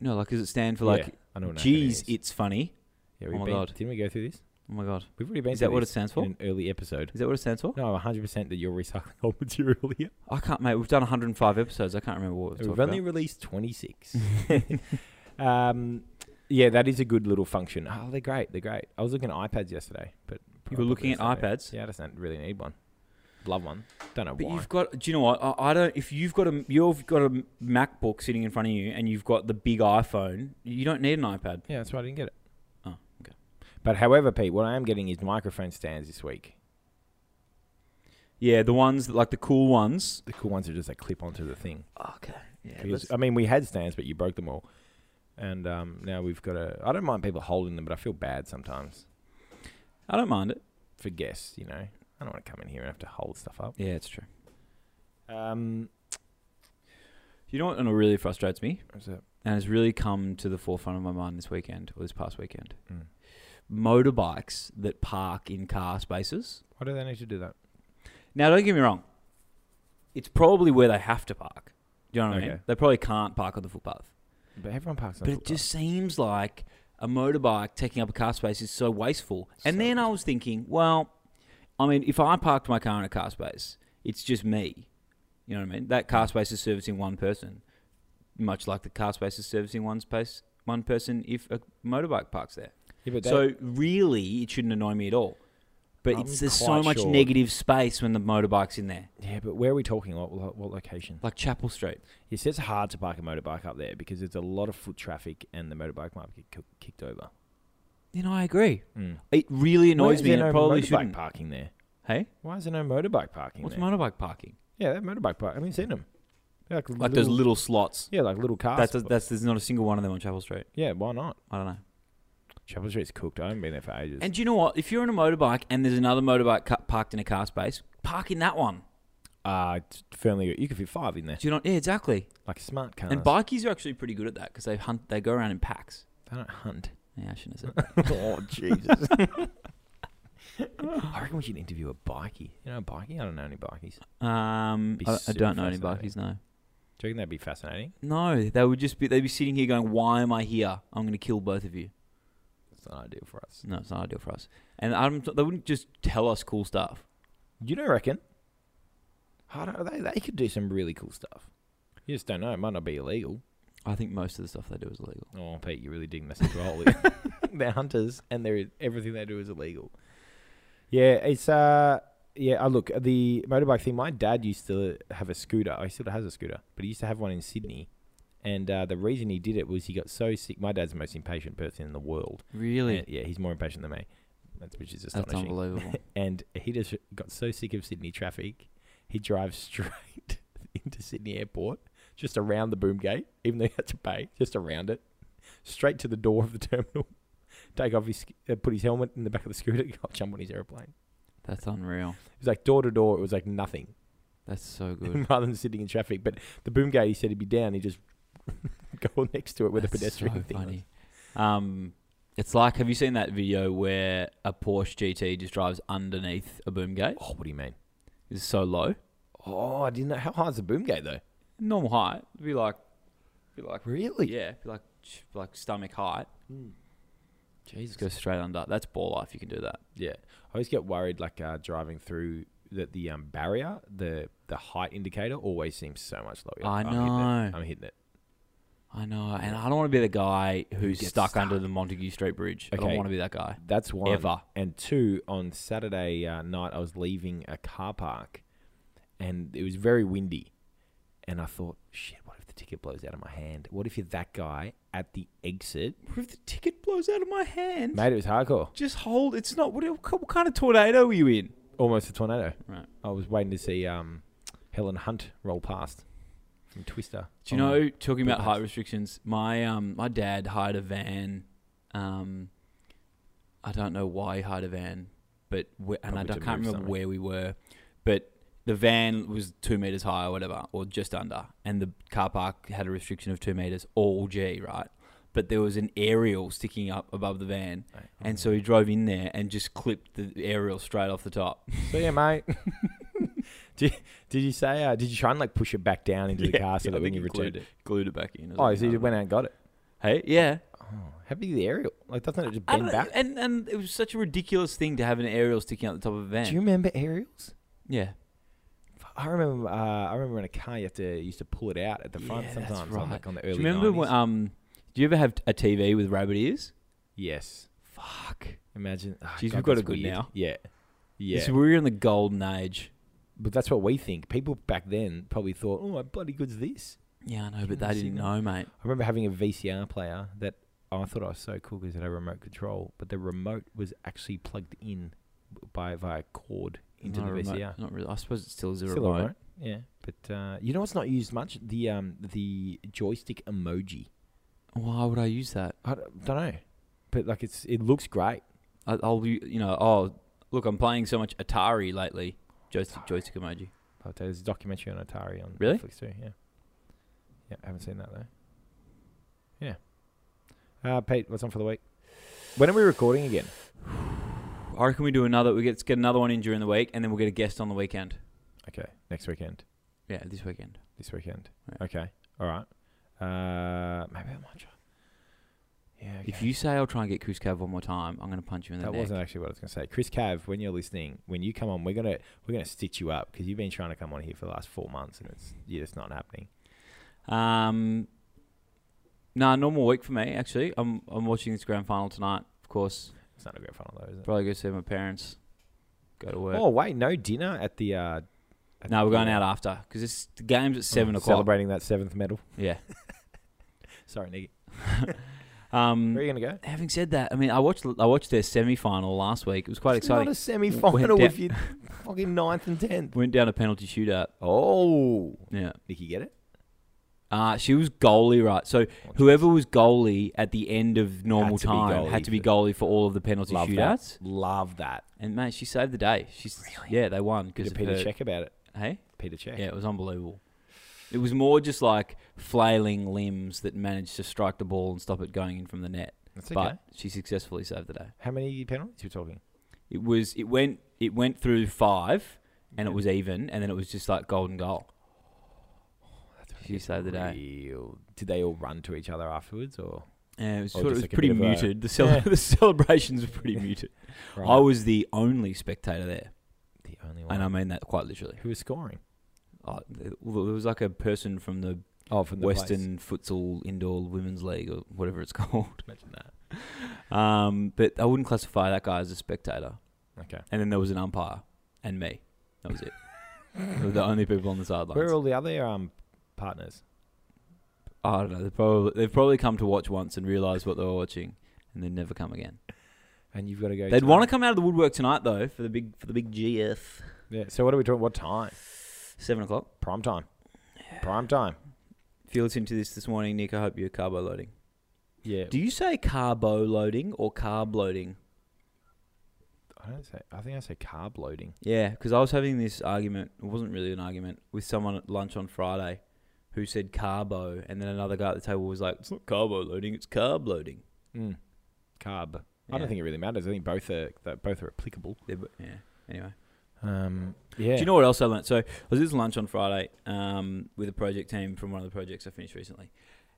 Speaker 2: No, like does it stand for like
Speaker 1: yeah, I know. what an acronym
Speaker 2: geez,
Speaker 1: is.
Speaker 2: it's funny.
Speaker 1: Yeah, we've
Speaker 2: oh my
Speaker 1: been-
Speaker 2: God.
Speaker 1: Didn't we go through this?
Speaker 2: Oh my god.
Speaker 1: We've already been.
Speaker 2: Is
Speaker 1: through
Speaker 2: that what it
Speaker 1: this
Speaker 2: stands for?
Speaker 1: in an early episode?
Speaker 2: Is that what it stands for?
Speaker 1: No, 100 percent that you're recycling old material here.
Speaker 2: I can't, mate. We've done 105 episodes. I can't remember what we've
Speaker 1: We've
Speaker 2: talked
Speaker 1: only
Speaker 2: about.
Speaker 1: released 26. um, yeah, that is a good little function. Oh, they're great. They're great. I was looking at iPads yesterday, but
Speaker 2: You were looking at iPads.
Speaker 1: Yeah, I just don't really need one. Love one. Don't know
Speaker 2: But
Speaker 1: why.
Speaker 2: you've got. Do you know what? I, I don't. If you've got a, you've got a MacBook sitting in front of you, and you've got the big iPhone, you don't need an iPad.
Speaker 1: yeah, that's why I didn't get it.
Speaker 2: Oh, okay.
Speaker 1: But however, Pete, what I am getting is microphone stands this week.
Speaker 2: Yeah, the ones like the cool ones.
Speaker 1: The cool ones are just like clip onto the thing.
Speaker 2: Oh, Okay. Yeah.
Speaker 1: 'Cause, I mean, we had stands, but you broke them all. And um, now we've got a. I don't mind people holding them, but I feel bad sometimes
Speaker 2: I don't mind it.
Speaker 1: for guests, you know. I don't want to come in here and have to hold stuff up.
Speaker 2: Yeah, it's true.
Speaker 1: Um,
Speaker 2: You know what? And it really frustrates me,
Speaker 1: what's that?
Speaker 2: and has really come to the forefront of my mind this weekend or this past weekend.
Speaker 1: Mm.
Speaker 2: Motorbikes that park in car spaces.
Speaker 1: Why do they need to do that?
Speaker 2: Now, don't get me wrong. It's probably where they have to park. Do you know what I mean?
Speaker 1: Okay.
Speaker 2: They probably can't park on the footpath.
Speaker 1: But everyone parks on
Speaker 2: but
Speaker 1: the
Speaker 2: it
Speaker 1: footpath.
Speaker 2: just seems like a motorbike taking up a car space is so wasteful.
Speaker 1: So
Speaker 2: and then I was thinking, well, I mean, if I parked my car in a car space, it's just me. You know what I mean? That car space is servicing one person, much like the car space is servicing one space, one person if a motorbike parks there.
Speaker 1: Yeah, but
Speaker 2: So really, it shouldn't annoy me at all. But
Speaker 1: I'm
Speaker 2: it's, there's so
Speaker 1: quite
Speaker 2: much
Speaker 1: sure-
Speaker 2: negative space when the motorbike's in there,
Speaker 1: yeah, but where are we talking? What what, what location?
Speaker 2: like Chapel Street.
Speaker 1: Yes, it's hard to park a motorbike up there because there's a lot of foot traffic and the motorbike might get ki- kicked over.
Speaker 2: You know, I agree.
Speaker 1: Mm.
Speaker 2: It really
Speaker 1: Why
Speaker 2: annoys
Speaker 1: is
Speaker 2: me,
Speaker 1: there
Speaker 2: and
Speaker 1: no
Speaker 2: it probably
Speaker 1: motorbike
Speaker 2: shouldn't.
Speaker 1: parking there.
Speaker 2: Hey,
Speaker 1: Why is there no motorbike parking
Speaker 2: what's
Speaker 1: there?
Speaker 2: motorbike parking?
Speaker 1: yeah, that motorbike park. I haven't seen them. They're like,
Speaker 2: Like
Speaker 1: little,
Speaker 2: those little slots.
Speaker 1: yeah, like little cars.
Speaker 2: That's, that's, there's not a single one of them on Chapel Street.
Speaker 1: yeah, why not?
Speaker 2: I don't know.
Speaker 1: Chapel Street's cooked. I haven't been there for ages.
Speaker 2: And do you know what? If you're on a motorbike and there's another motorbike cu- parked in a car space, park in that one.
Speaker 1: uh, it's firmly, you could fit five in there,
Speaker 2: Do you not? Yeah, exactly.
Speaker 1: like smart cars.
Speaker 2: And bikies are actually pretty good at that because they hunt. They go around in packs.
Speaker 1: they don't hunt.
Speaker 2: Yeah, I shouldn't have said that.
Speaker 1: oh Jesus! I reckon we should interview a bikie. You know, a bikie. I don't know any bikies.
Speaker 2: Um,
Speaker 1: Be
Speaker 2: I, I
Speaker 1: super
Speaker 2: don't know any
Speaker 1: fascinating.
Speaker 2: bikies. No,
Speaker 1: Do you reckon that'd be fascinating?
Speaker 2: no, they would just be. They'd be sitting here going, "Why am I here? I'm going to kill both of you."
Speaker 1: It's not ideal for us.
Speaker 2: No, it's not ideal for us. And I'm, they wouldn't just tell us cool stuff.
Speaker 1: You don't reckon? I don't, they, they could do some really cool stuff. You just don't know. It might not be illegal.
Speaker 2: I think most of the stuff they do is illegal.
Speaker 1: Oh, Pete, you're really digging this into a hole. here. they're hunters, and they're, everything they do is illegal. Yeah, it's uh, yeah. I look the motorbike thing. My dad used to have a scooter. I still has a scooter, but he used to have one in Sydney. And uh, the reason he did it was he got so sick. My dad's the most impatient person in the world.
Speaker 2: Really?
Speaker 1: Yeah, yeah, he's more impatient than me. That's which is
Speaker 2: That's
Speaker 1: astonishing.
Speaker 2: unbelievable.
Speaker 1: and he just got so sick of Sydney traffic, he drives straight into Sydney Airport, just around the boom gate, even though he had to pay, just around it, straight to the door of the terminal. Take off his, uh, put his helmet in the back of the scooter, go jump on his airplane.
Speaker 2: That's unreal.
Speaker 1: It was like door to door. It was like nothing,
Speaker 2: That's so good.
Speaker 1: rather than sitting in traffic. But the boom gate, he said he'd be down. He just go next to it with a
Speaker 2: That's
Speaker 1: pedestrian
Speaker 2: so
Speaker 1: thing. was.
Speaker 2: funny. Um, it's like, have you seen that video where a Porsche GT just drives underneath a boom gate?
Speaker 1: Oh, what do you mean?
Speaker 2: It's so low,
Speaker 1: Oh, I didn't know. How high is the boom gate though?
Speaker 2: normal height. It'd be like, be like,
Speaker 1: Really?
Speaker 2: yeah, be like, ch- like stomach height. Just go straight under. That's ball life. You can do that.
Speaker 1: Yeah, I always get worried like uh, driving through that the um, barrier, the the height indicator always seems so much lower.
Speaker 2: I
Speaker 1: I'm hitting it.
Speaker 2: know.
Speaker 1: I'm hitting it.
Speaker 2: I know, and I don't want to be the guy who's
Speaker 1: gets
Speaker 2: stuck,
Speaker 1: stuck.
Speaker 2: under the Montague Street Bridge. I
Speaker 1: Okay.
Speaker 2: don't want to be that guy
Speaker 1: That's one.
Speaker 2: ever.
Speaker 1: And two, on Saturday uh, night, I was leaving a car park, and it was very windy, and I thought, shit, what if the ticket blows out of my hand? What if you're that guy at the exit?
Speaker 3: If the ticket blows out of my hand,
Speaker 1: Mate, it was hardcore.
Speaker 3: just hold. It's not. What, what kind of tornado were you in?
Speaker 1: Almost a tornado.
Speaker 2: Right.
Speaker 1: I was waiting to see um, Helen Hunt roll past from Twister.
Speaker 2: Do you
Speaker 1: on-
Speaker 2: know, talking about
Speaker 1: Bulldogs.
Speaker 2: height restrictions, my um my dad hired a van. Um, I don't know why he hired a van, but we, and I
Speaker 1: Probably
Speaker 2: don't,
Speaker 1: to
Speaker 2: can't
Speaker 1: move
Speaker 2: remember
Speaker 1: something.
Speaker 2: where we were, but the van was two meters high or whatever, or just under, and the car park had a restriction of two meters, all G, right? But there was an aerial sticking up above the van,
Speaker 1: Oh
Speaker 2: and so he drove in there and just clipped the aerial straight off the top.
Speaker 1: So yeah, mate. did, did you say? Uh, did you try and like push it back down into the
Speaker 2: Yeah,
Speaker 1: car so
Speaker 2: yeah, I
Speaker 1: that when
Speaker 2: think
Speaker 1: you
Speaker 2: he glued
Speaker 1: returned it?
Speaker 2: Glued it back in.
Speaker 1: Oh, so you went out and got it.
Speaker 2: Hey, yeah,
Speaker 1: Oh, happy the aerial. Like doesn't it just
Speaker 2: I
Speaker 1: bend
Speaker 2: don't know,
Speaker 1: back?
Speaker 2: And and it was such a ridiculous thing to have an aerial sticking out the top of a van.
Speaker 1: Do you remember aerials?
Speaker 2: yeah,
Speaker 1: F- I remember. Uh, I remember in a car you had to you used to pull it out at the front
Speaker 2: Yeah, that's
Speaker 1: sometimes. on,
Speaker 2: right.
Speaker 1: like on the
Speaker 2: do
Speaker 1: early.
Speaker 2: you remember
Speaker 1: 90s.
Speaker 2: when, um? Do you ever have a TV with rabbit ears?
Speaker 1: yes.
Speaker 2: Fuck.
Speaker 1: Imagine. Oh,
Speaker 2: Jeez, we've got
Speaker 1: that's
Speaker 2: it good
Speaker 1: weird.
Speaker 2: now.
Speaker 1: Yeah. Yeah.
Speaker 2: Yeah. we were in the golden age.
Speaker 1: but that's what we think. People back then probably thought, "Oh, how bloody good's this."
Speaker 2: Yeah, I know,
Speaker 1: You
Speaker 2: but
Speaker 1: wanna
Speaker 2: they
Speaker 1: see
Speaker 2: didn't
Speaker 1: that?
Speaker 2: know, mate.
Speaker 1: I remember having a VCR player that I thought I was so cool because it had a remote control, but the remote was actually plugged in b- by via cord into
Speaker 2: Not
Speaker 1: the
Speaker 2: a remote-
Speaker 1: VCR.
Speaker 2: Not really. I suppose it still is a
Speaker 1: Still
Speaker 2: remote.
Speaker 1: alright, yeah. But uh, you know what's not used much? The um the joystick emoji.
Speaker 2: Why would I use that?
Speaker 1: I don't know, but like it's it looks great.
Speaker 2: I, I'll u- you know. Oh, look, I'm playing so much Atari lately. Joystick, joystick emoji.
Speaker 1: But there's a documentary on Atari on
Speaker 2: Really?
Speaker 1: Netflix too. Yeah, yeah. I haven't seen that though. Yeah. Uh, Pete, what's on for the week? When are we recording again?
Speaker 2: I reckon we do another. We get get another one in during the week, and then we'll get a guest on the weekend.
Speaker 1: Okay, next weekend.
Speaker 2: Yeah, this weekend.
Speaker 1: this weekend.
Speaker 2: Yeah.
Speaker 1: Okay. All right. Uh, maybe I might try. Yeah.
Speaker 2: If
Speaker 1: okay.
Speaker 2: you say I'll try and get Cuscav one more time, I'm going to punch you in the
Speaker 1: that
Speaker 2: neck.
Speaker 1: wasn't actually what I was going to say, Chris Cav, when you're listening, when you come on, we're gonna we're gonna stitch you up because you've been trying to come on here for the last four months and it's yeah, it's not happening.
Speaker 2: Um, nah, normal week for me actually. I'm I'm watching this grand final tonight. Of course,
Speaker 1: It's not a great fun though, is it?
Speaker 2: probably go see my parents. Go to work.
Speaker 1: Oh wait, no dinner at the. Uh, at
Speaker 2: no,
Speaker 1: the-
Speaker 2: we're going out after because it's the game's at seven
Speaker 1: Oh,
Speaker 2: o'clock.
Speaker 1: Celebrating that seventh medal.
Speaker 2: Yeah.
Speaker 1: Sorry, Nick. Where are
Speaker 2: Um,
Speaker 1: you gonna go?
Speaker 2: having said that, I mean, I watched I watched their semi final last week. It was quite
Speaker 1: It's
Speaker 2: exciting.
Speaker 1: Not a semi-final
Speaker 2: down-
Speaker 1: if you fucking ninth and tenth.
Speaker 2: Went down a penalty shootout.
Speaker 1: Oh,
Speaker 2: Yeah.
Speaker 1: Nicky, get it?
Speaker 2: Uh, she was goalie, right? So whoever was goalie at the end of normal
Speaker 1: to be
Speaker 2: time
Speaker 1: goalie
Speaker 2: had to be
Speaker 1: for-
Speaker 2: goalie for all of the penalty
Speaker 1: Love that.
Speaker 2: shootouts.
Speaker 1: Love that.
Speaker 2: And mate, she saved the day. She's yeah, they won because
Speaker 1: Did Peter check about it?
Speaker 2: Hey,
Speaker 1: Peter check.
Speaker 2: yeah, it was unbelievable. It was more just like flailing limbs that managed to strike the ball and stop it going in from the net.
Speaker 1: That's okay.
Speaker 2: But she successfully saved the day.
Speaker 1: How many penalties you talking?
Speaker 2: It was it went it went through five and it was even and then it was just like golden goal. She saved the day.
Speaker 1: Real. Did they all run to each other afterwards, or
Speaker 2: And it was,
Speaker 1: Or
Speaker 2: sort of,
Speaker 1: Oh, just
Speaker 2: it was
Speaker 1: like a
Speaker 2: pretty
Speaker 1: bit of a-
Speaker 2: muted. the, cele-
Speaker 1: Yeah.
Speaker 2: the celebrations were pretty muted. I was the only spectator there,
Speaker 1: the only one?
Speaker 2: and I mean that quite literally.
Speaker 1: Who was scoring?
Speaker 2: Oh, there there was like a person from the
Speaker 1: Oh, from the
Speaker 2: Western Futsal Indoor Women's League or whatever it's called.
Speaker 1: Place. Imagine that.
Speaker 2: Um, but I wouldn't classify that guy as a spectator.
Speaker 1: Okay.
Speaker 2: And then there was an umpire and me. That was it. we were the only people on the sidelines.
Speaker 1: Where are all the other um partners?
Speaker 2: I don't know. They've probably, they've probably come to watch once and realised what they were watching and then never come again.
Speaker 1: and you've got to go.
Speaker 2: They'd want to come out of the woodwork tonight though for the big for the big GF
Speaker 1: Yeah. So what are we talking? What time?
Speaker 2: seven o'clock.
Speaker 1: Prime time. Prime time.
Speaker 2: If you're listening to this this morning, Nick, I hope you're carbo loading.
Speaker 1: Yeah.
Speaker 2: Do you say carbo loading or carb loading?
Speaker 1: I don't say. I think I say carb loading.
Speaker 2: Yeah, because I was having this argument. It wasn't really an argument with someone at lunch on Friday, who said carbo, and then another guy at the table was like, "It's not carbo loading, it's carb loading."
Speaker 1: Mm. Carb. I
Speaker 2: Hmm. Yeah.
Speaker 1: don't think it really matters. I think both are that both are applicable.
Speaker 2: They're bo- yeah. Anyway.
Speaker 1: Um. Yeah.
Speaker 2: Do you know what else I learned? So I was at this lunch on Friday um, with a project team from one of the projects I finished recently,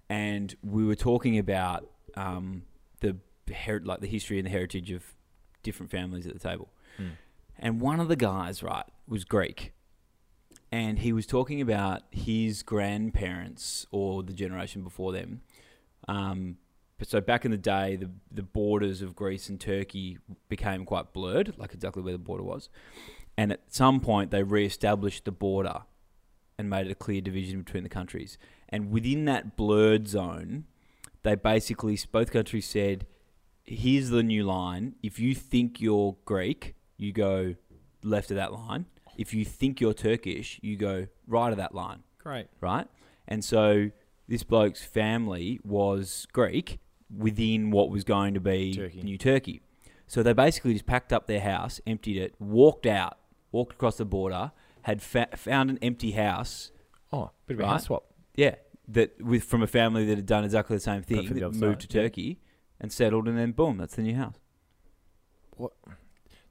Speaker 2: and we were talking about um, the her- like the history and the heritage of different families at the table.
Speaker 1: Mm.
Speaker 2: And one of the guys, right, was Greek, and he was talking about his grandparents or the generation before them. Um, but so back in the day, the the borders of Greece and Turkey became quite blurred, like exactly where the border was and at some point they re-established the border and made it a clear division between the countries. And within that blurred zone, they basically both countries said, "Here's the new line. If you think you're Greek, you go left of that line. If you think you're Turkish, you go right of that line."
Speaker 1: Great.
Speaker 2: right? And so this bloke's family was Greek within what was going to be
Speaker 1: Turkey.
Speaker 2: New Turkey. So they basically just packed up their house, emptied it, walked out, walked across the border, had fa- found an empty house.
Speaker 1: Oh, bit of a
Speaker 2: Right.
Speaker 1: house swap.
Speaker 2: Yeah, that with from a family that had done exactly the same thing,
Speaker 1: for the
Speaker 2: that
Speaker 1: other
Speaker 2: moved
Speaker 1: side,
Speaker 2: to Turkey and settled, and then boom, that's the new house.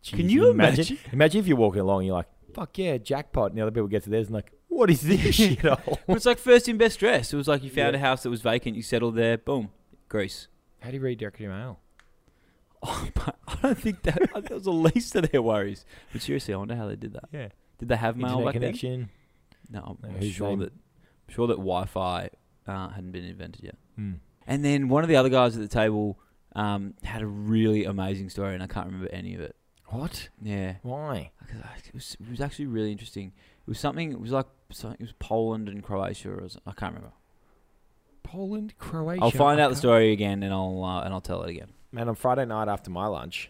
Speaker 1: Jeez,
Speaker 2: you
Speaker 1: imagine? Imagine if you're walking along, and you're like, "Fuck yeah, jackpot!" And the other people get to theirs and like, "What is this shit?" all?"
Speaker 2: But it's like first in best dress. It was like you found a house that was vacant, you settled there, boom, Greece.
Speaker 1: How do you read direct mail?
Speaker 2: Oh, but I don't think that, I think that was the least of their worries. But seriously, I wonder how they did that.
Speaker 1: Yeah.
Speaker 2: Did they have mail
Speaker 1: Internet
Speaker 2: back then?
Speaker 1: connection.
Speaker 2: No, I'm
Speaker 1: No,
Speaker 2: I'm
Speaker 1: whose
Speaker 2: sure
Speaker 1: name?
Speaker 2: that I'm sure that Wi-Fi uh, hadn't been invented yet.
Speaker 1: Mm.
Speaker 2: And then one of the other guys at the table um, had a really amazing story, and I can't remember any of it.
Speaker 1: What?
Speaker 2: Yeah,
Speaker 1: Why?
Speaker 2: 'Cause I- it was, it was actually really interesting. It was something. It was like something, it was Poland and Croatia, or something. I can't remember.
Speaker 1: Poland, Croatia.
Speaker 2: I'll find
Speaker 1: I
Speaker 2: out the
Speaker 1: can't-
Speaker 2: story again, and I'll uh, and I'll tell it again.
Speaker 1: Man, on Friday night after my lunch,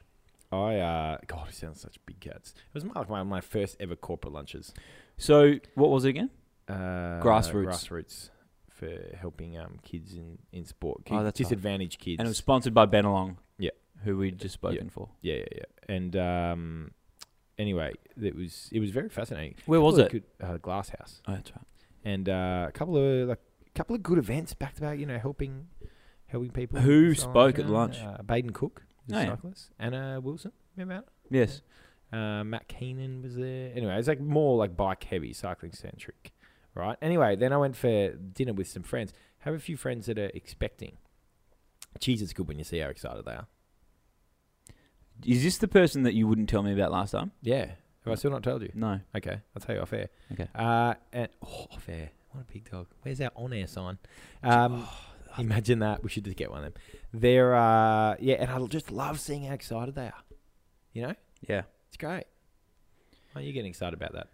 Speaker 1: I uh, God, it sounds such big cats. It was my- like my, my first ever corporate lunches.
Speaker 2: So what was it again?
Speaker 1: Uh,
Speaker 2: Grassroots.
Speaker 1: grassroots for helping um, kids in in sport,
Speaker 2: Oh,
Speaker 1: kids-
Speaker 2: that's right.
Speaker 1: disadvantaged kids.
Speaker 2: And it was sponsored by Benelong.
Speaker 1: Yeah.
Speaker 2: who we'd just spoken for.
Speaker 1: yeah, yeah, yeah. And um, anyway, it was it was very fascinating.
Speaker 2: Where was
Speaker 1: Couple of
Speaker 2: it?
Speaker 1: Good, uh, Glass House,
Speaker 2: Oh, that's right.
Speaker 1: and uh, a couple of like couple of good events back to back. You know, helping helping people.
Speaker 2: Who
Speaker 1: and so on.
Speaker 2: spoke at lunch?
Speaker 1: Uh, Baden Cook, the
Speaker 2: Oh, yeah.
Speaker 1: cyclist, Anna Wilson. Remember Anna?
Speaker 2: Yes.
Speaker 1: Uh, Matt Keenan was there. Anyway, it's like more like bike heavy, cycling centric, right? Anyway, then I went for dinner with some friends. Have a few friends that are expecting. Jeez, it's good when you see how excited they are.
Speaker 2: Is this the person that you wouldn't tell me about last time?
Speaker 1: Yeah.
Speaker 2: Hmm.
Speaker 1: Have I still not told you?
Speaker 2: No.
Speaker 1: Okay, I'll tell you off air.
Speaker 2: Okay.
Speaker 1: Uh, and oh, off air. What a big dog. Where's our on air sign? Um, imagine that. We should just get one of them. They're uh, yeah, and I just love seeing how excited they are. You know,
Speaker 2: Yeah.
Speaker 1: it's great. Why are you getting excited about that?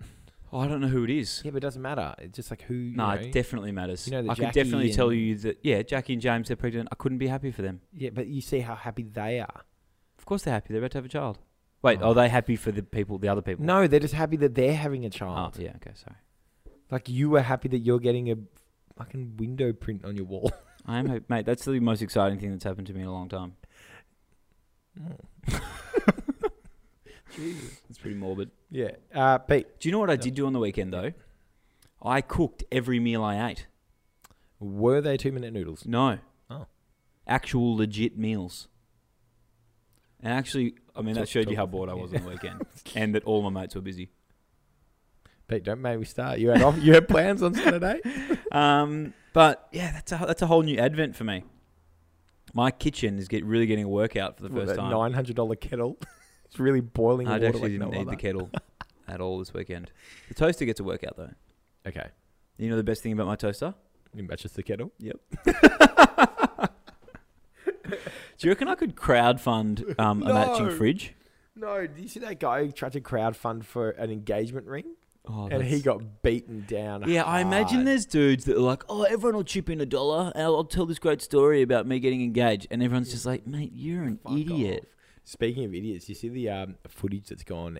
Speaker 2: Oh, I don't know who it is.
Speaker 1: Yeah, but it doesn't matter. It's just like who. You
Speaker 2: no,
Speaker 1: know,
Speaker 2: it definitely matters.
Speaker 1: you know that
Speaker 2: I could
Speaker 1: Jackie
Speaker 2: definitely tell
Speaker 1: and-
Speaker 2: you that, yeah, Jackie and James, they're pregnant. I couldn't be happy for them.
Speaker 1: Yeah, but you see how happy they are.
Speaker 2: Of course they're happy. They're about to have a child. Wait,
Speaker 1: Oh.
Speaker 2: are they happy for the people, the other people?
Speaker 1: No, they're just happy that they're having a
Speaker 2: Oh,
Speaker 1: child.
Speaker 2: yeah, okay, sorry.
Speaker 1: Like you were happy that you're getting a fucking window print on your wall.
Speaker 2: I am happy. Mate, that's the most exciting thing that's happened to me in a long time.
Speaker 1: Mm. Jesus.
Speaker 2: It's pretty morbid.
Speaker 1: Yeah. Uh, Pete.
Speaker 2: Do you know what I did do on the weekend, though? I cooked every meal I ate.
Speaker 1: Were they two minute noodles?
Speaker 2: No.
Speaker 1: Oh.
Speaker 2: Actual legit meals. And actually, I mean,
Speaker 1: Talk-
Speaker 2: that showed
Speaker 1: talk-
Speaker 2: you how bored I was on the weekend and that all my mates were busy.
Speaker 1: Pete, don't make me start. You had off, you had plans on Saturday.
Speaker 2: Um, but yeah, that's a, that's a whole new advent for me. My kitchen is get, really getting a workout for the first time.
Speaker 1: Nine hundred dollar kettle. It's really boiling
Speaker 2: I
Speaker 1: water.
Speaker 2: actually
Speaker 1: like
Speaker 2: didn't
Speaker 1: no
Speaker 2: need the
Speaker 1: other.
Speaker 2: kettle at all this weekend. The toaster gets a workout though.
Speaker 1: Okay.
Speaker 2: You know the best thing about my toaster?
Speaker 1: You matches the kettle.
Speaker 2: Do you reckon I could crowdfund um, a matching
Speaker 1: No.
Speaker 2: fridge?
Speaker 1: No, do you see that guy who tried to crowdfund for an engagement ring?
Speaker 2: Oh,
Speaker 1: and he
Speaker 2: that's-
Speaker 1: got beaten down.
Speaker 2: Yeah, I imagine
Speaker 1: hard.
Speaker 2: there's dudes that are like, oh, everyone will chip in a dollar. and I'll, I'll tell this great story about me getting engaged. And everyone's just like, mate, you're an
Speaker 1: Fuck
Speaker 2: idiot.
Speaker 1: off. Speaking of idiots, you see the um, footage that's gone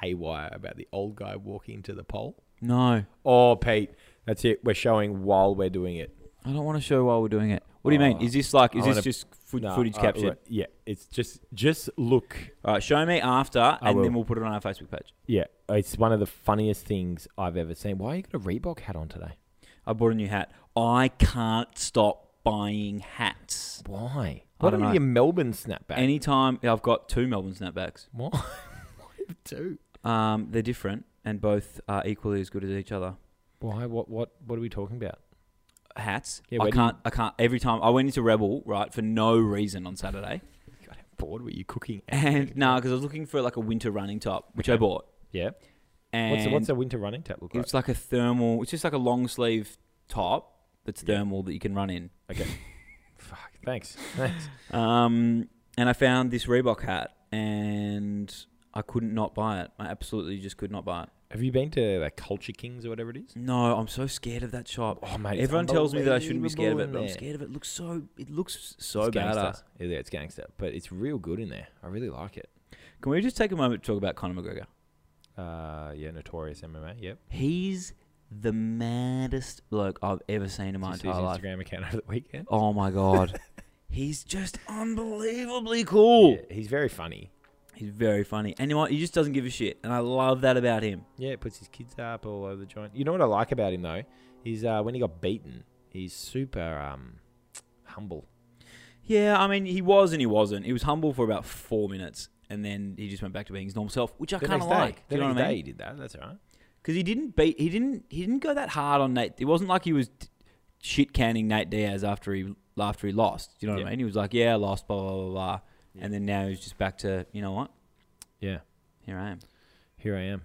Speaker 1: haywire about the old guy walking to the pole?
Speaker 2: No,
Speaker 1: Oh, Pete, that's it. We're showing while we're doing it.
Speaker 2: I don't want to show while we're doing it. What do you mean?
Speaker 1: Oh.
Speaker 2: Is this like? Is
Speaker 1: I
Speaker 2: this
Speaker 1: wanna-
Speaker 2: just fo-
Speaker 1: No,
Speaker 2: footage
Speaker 1: uh,
Speaker 2: captured?
Speaker 1: right, yeah, it's just just look.
Speaker 2: All right, show me after, and
Speaker 1: will.
Speaker 2: then we'll put it on our Facebook page.
Speaker 1: Yeah, it's one of the funniest things I've ever seen. Why you got a Reebok hat on today?
Speaker 2: I bought a new hat. I can't stop buying hats.
Speaker 1: Why?
Speaker 2: I
Speaker 1: Why
Speaker 2: don't
Speaker 1: don't
Speaker 2: know.
Speaker 1: you Melbourne snapback?
Speaker 2: Anytime I've got two Melbourne snapbacks,
Speaker 1: Why? Why two?
Speaker 2: um, they're different and both are equally as good as each other.
Speaker 1: Why? What? What? What are we talking about?
Speaker 2: Hats.
Speaker 1: Yeah,
Speaker 2: I
Speaker 1: where do you-
Speaker 2: can't. I can't. Every time I went into Rebel, right, for no reason on Saturday,
Speaker 1: God, how bored were you cooking?
Speaker 2: and no, because I was looking for like a winter running top, which I
Speaker 1: Okay.
Speaker 2: bought.
Speaker 1: yeah.
Speaker 2: And
Speaker 1: What's a, what's a winter running tap look like?
Speaker 2: It's like a thermal. It's just like a long sleeve top that's
Speaker 1: Yeah.
Speaker 2: thermal that you can run in.
Speaker 1: Fuck. Thanks. Thanks.
Speaker 2: Um, and I found this Reebok hat, and I couldn't not buy it. I absolutely just could not buy it.
Speaker 1: Have you been to like Culture Kings or whatever it is?
Speaker 2: No, I'm so scared of that shop.
Speaker 1: Oh mate, it's
Speaker 2: Everyone tells me that I shouldn't be scared of it,
Speaker 1: unbelievable
Speaker 2: but
Speaker 1: in
Speaker 2: I'm
Speaker 1: there.
Speaker 2: scared of it. it. Looks so. It looks so
Speaker 1: It's gangster.
Speaker 2: badass.
Speaker 1: Yeah, it's gangster, but it's real good in there. I really like it.
Speaker 2: Can we just take a moment to talk about Conor McGregor?
Speaker 1: Uh, yeah, notorious MMA. Yep.
Speaker 2: He's the maddest bloke I've ever seen in my
Speaker 1: Just his
Speaker 2: entire life.
Speaker 1: Instagram account over the weekend.
Speaker 2: Oh my god, he's just unbelievably cool.
Speaker 1: Yeah, he's very funny.
Speaker 2: He's very funny. And you know what? He just doesn't give a shit. And I love that about him.
Speaker 1: Yeah, puts his kids up all over the joint. You know what I like about him though is uh, when he got beaten, he's super um, humble.
Speaker 2: Yeah, I mean, he was and he wasn't. He was humble for about four minutes. And then he just went back to being his normal self, which I
Speaker 1: The
Speaker 2: kind of
Speaker 1: next day-
Speaker 2: like.
Speaker 1: The
Speaker 2: Do you know
Speaker 1: next
Speaker 2: what I
Speaker 1: day
Speaker 2: mean?
Speaker 1: he did that. That's all right.
Speaker 2: Because he didn't beat, he didn't, he didn't go that hard on Nate. It wasn't like he was shit canning Nate Diaz after he after he lost. Do you know what
Speaker 1: Yeah.
Speaker 2: I mean? He was like, yeah, I lost, blah blah blah blah.
Speaker 1: Yeah.
Speaker 2: And then now he's just back to, you know what?
Speaker 1: Yeah,
Speaker 2: Here I am.
Speaker 1: here I am.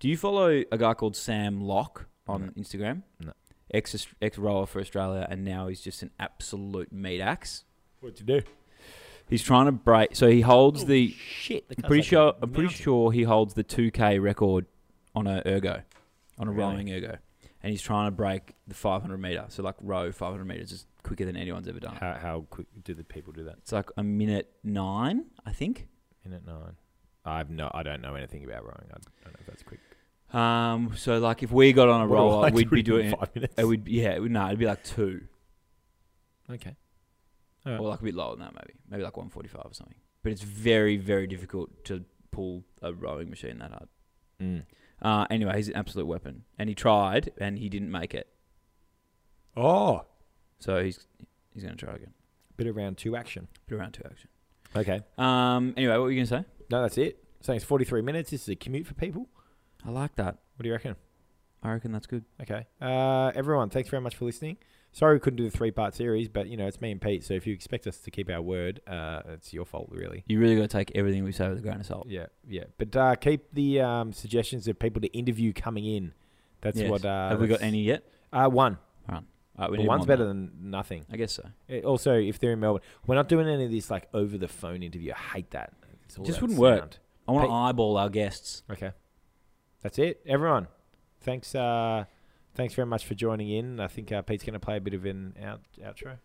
Speaker 2: Do you follow a guy called Sam Locke on
Speaker 1: No.
Speaker 2: Instagram?
Speaker 1: No.
Speaker 2: Ex ex rower for Australia, and now he's just an absolute meat axe.
Speaker 1: What you do?
Speaker 2: He's trying to break. So he holds
Speaker 1: Oh,
Speaker 2: the.
Speaker 1: shit. that
Speaker 2: I'm
Speaker 1: guy's
Speaker 2: pretty
Speaker 1: like a
Speaker 2: sure. I'm pretty
Speaker 1: mountain.
Speaker 2: sure he holds the 2K record on a ergo, on a
Speaker 1: Really?
Speaker 2: rowing ergo, and he's trying to break the 500 meter. So like row 500 meters is quicker than anyone's ever done.
Speaker 1: How, how quick do the people do that?
Speaker 2: It's like a minute nine, I think.
Speaker 1: Minute nine. I've no. I don't know anything about rowing. I don't know if that's quick.
Speaker 2: Um. So like if we got on a
Speaker 1: What do I
Speaker 2: roller, we'd
Speaker 1: do
Speaker 2: be
Speaker 1: in
Speaker 2: doing. It,
Speaker 1: five minutes.
Speaker 2: it would yeah. It would, no, it'd be like two
Speaker 1: okay.
Speaker 2: or like a bit lower than that maybe. Maybe like 145 or something. But it's very very difficult to pull a rowing machine that hard.
Speaker 1: Mm.
Speaker 2: Uh, anyway, he's an absolute weapon, and he tried, and he didn't make it.
Speaker 1: Oh,
Speaker 2: So he's he's going to try again.
Speaker 1: bit of round two action.
Speaker 2: Put around two action.
Speaker 1: Okay.
Speaker 2: Um. Anyway, what were you going to say?
Speaker 1: No, that's it. Saying it's 43 minutes. This is a commute for people.
Speaker 2: I like that.
Speaker 1: What do you reckon?
Speaker 2: I reckon that's good.
Speaker 1: Okay. Uh, everyone, thanks very much for listening. Sorry we couldn't do the three part series, but you know, it's me and Pete. So if you expect us to keep our word, uh, it's your fault, really.
Speaker 2: You really got to take everything we say with a grain of salt.
Speaker 1: Yeah, yeah. But uh, keep the um, suggestions of people to interview coming in. That's
Speaker 2: Yes.
Speaker 1: what. Uh,
Speaker 2: Have we got
Speaker 1: that's-
Speaker 2: any yet?
Speaker 1: Uh, one.
Speaker 2: All right, we
Speaker 1: But
Speaker 2: need
Speaker 1: one's
Speaker 2: one
Speaker 1: better
Speaker 2: more.
Speaker 1: than nothing.
Speaker 2: I guess so.
Speaker 1: Uh, Also, if they're in Melbourne, we're not doing any of this like over the phone interview. I hate that. It's all
Speaker 2: Just
Speaker 1: that
Speaker 2: wouldn't work.
Speaker 1: sound.
Speaker 2: I want to
Speaker 1: Pete-
Speaker 2: eyeball our guests.
Speaker 1: Okay. That's it. Everyone, thanks. Uh, thanks very much for joining in. I think uh, Pete's going to play a bit of an out- outro.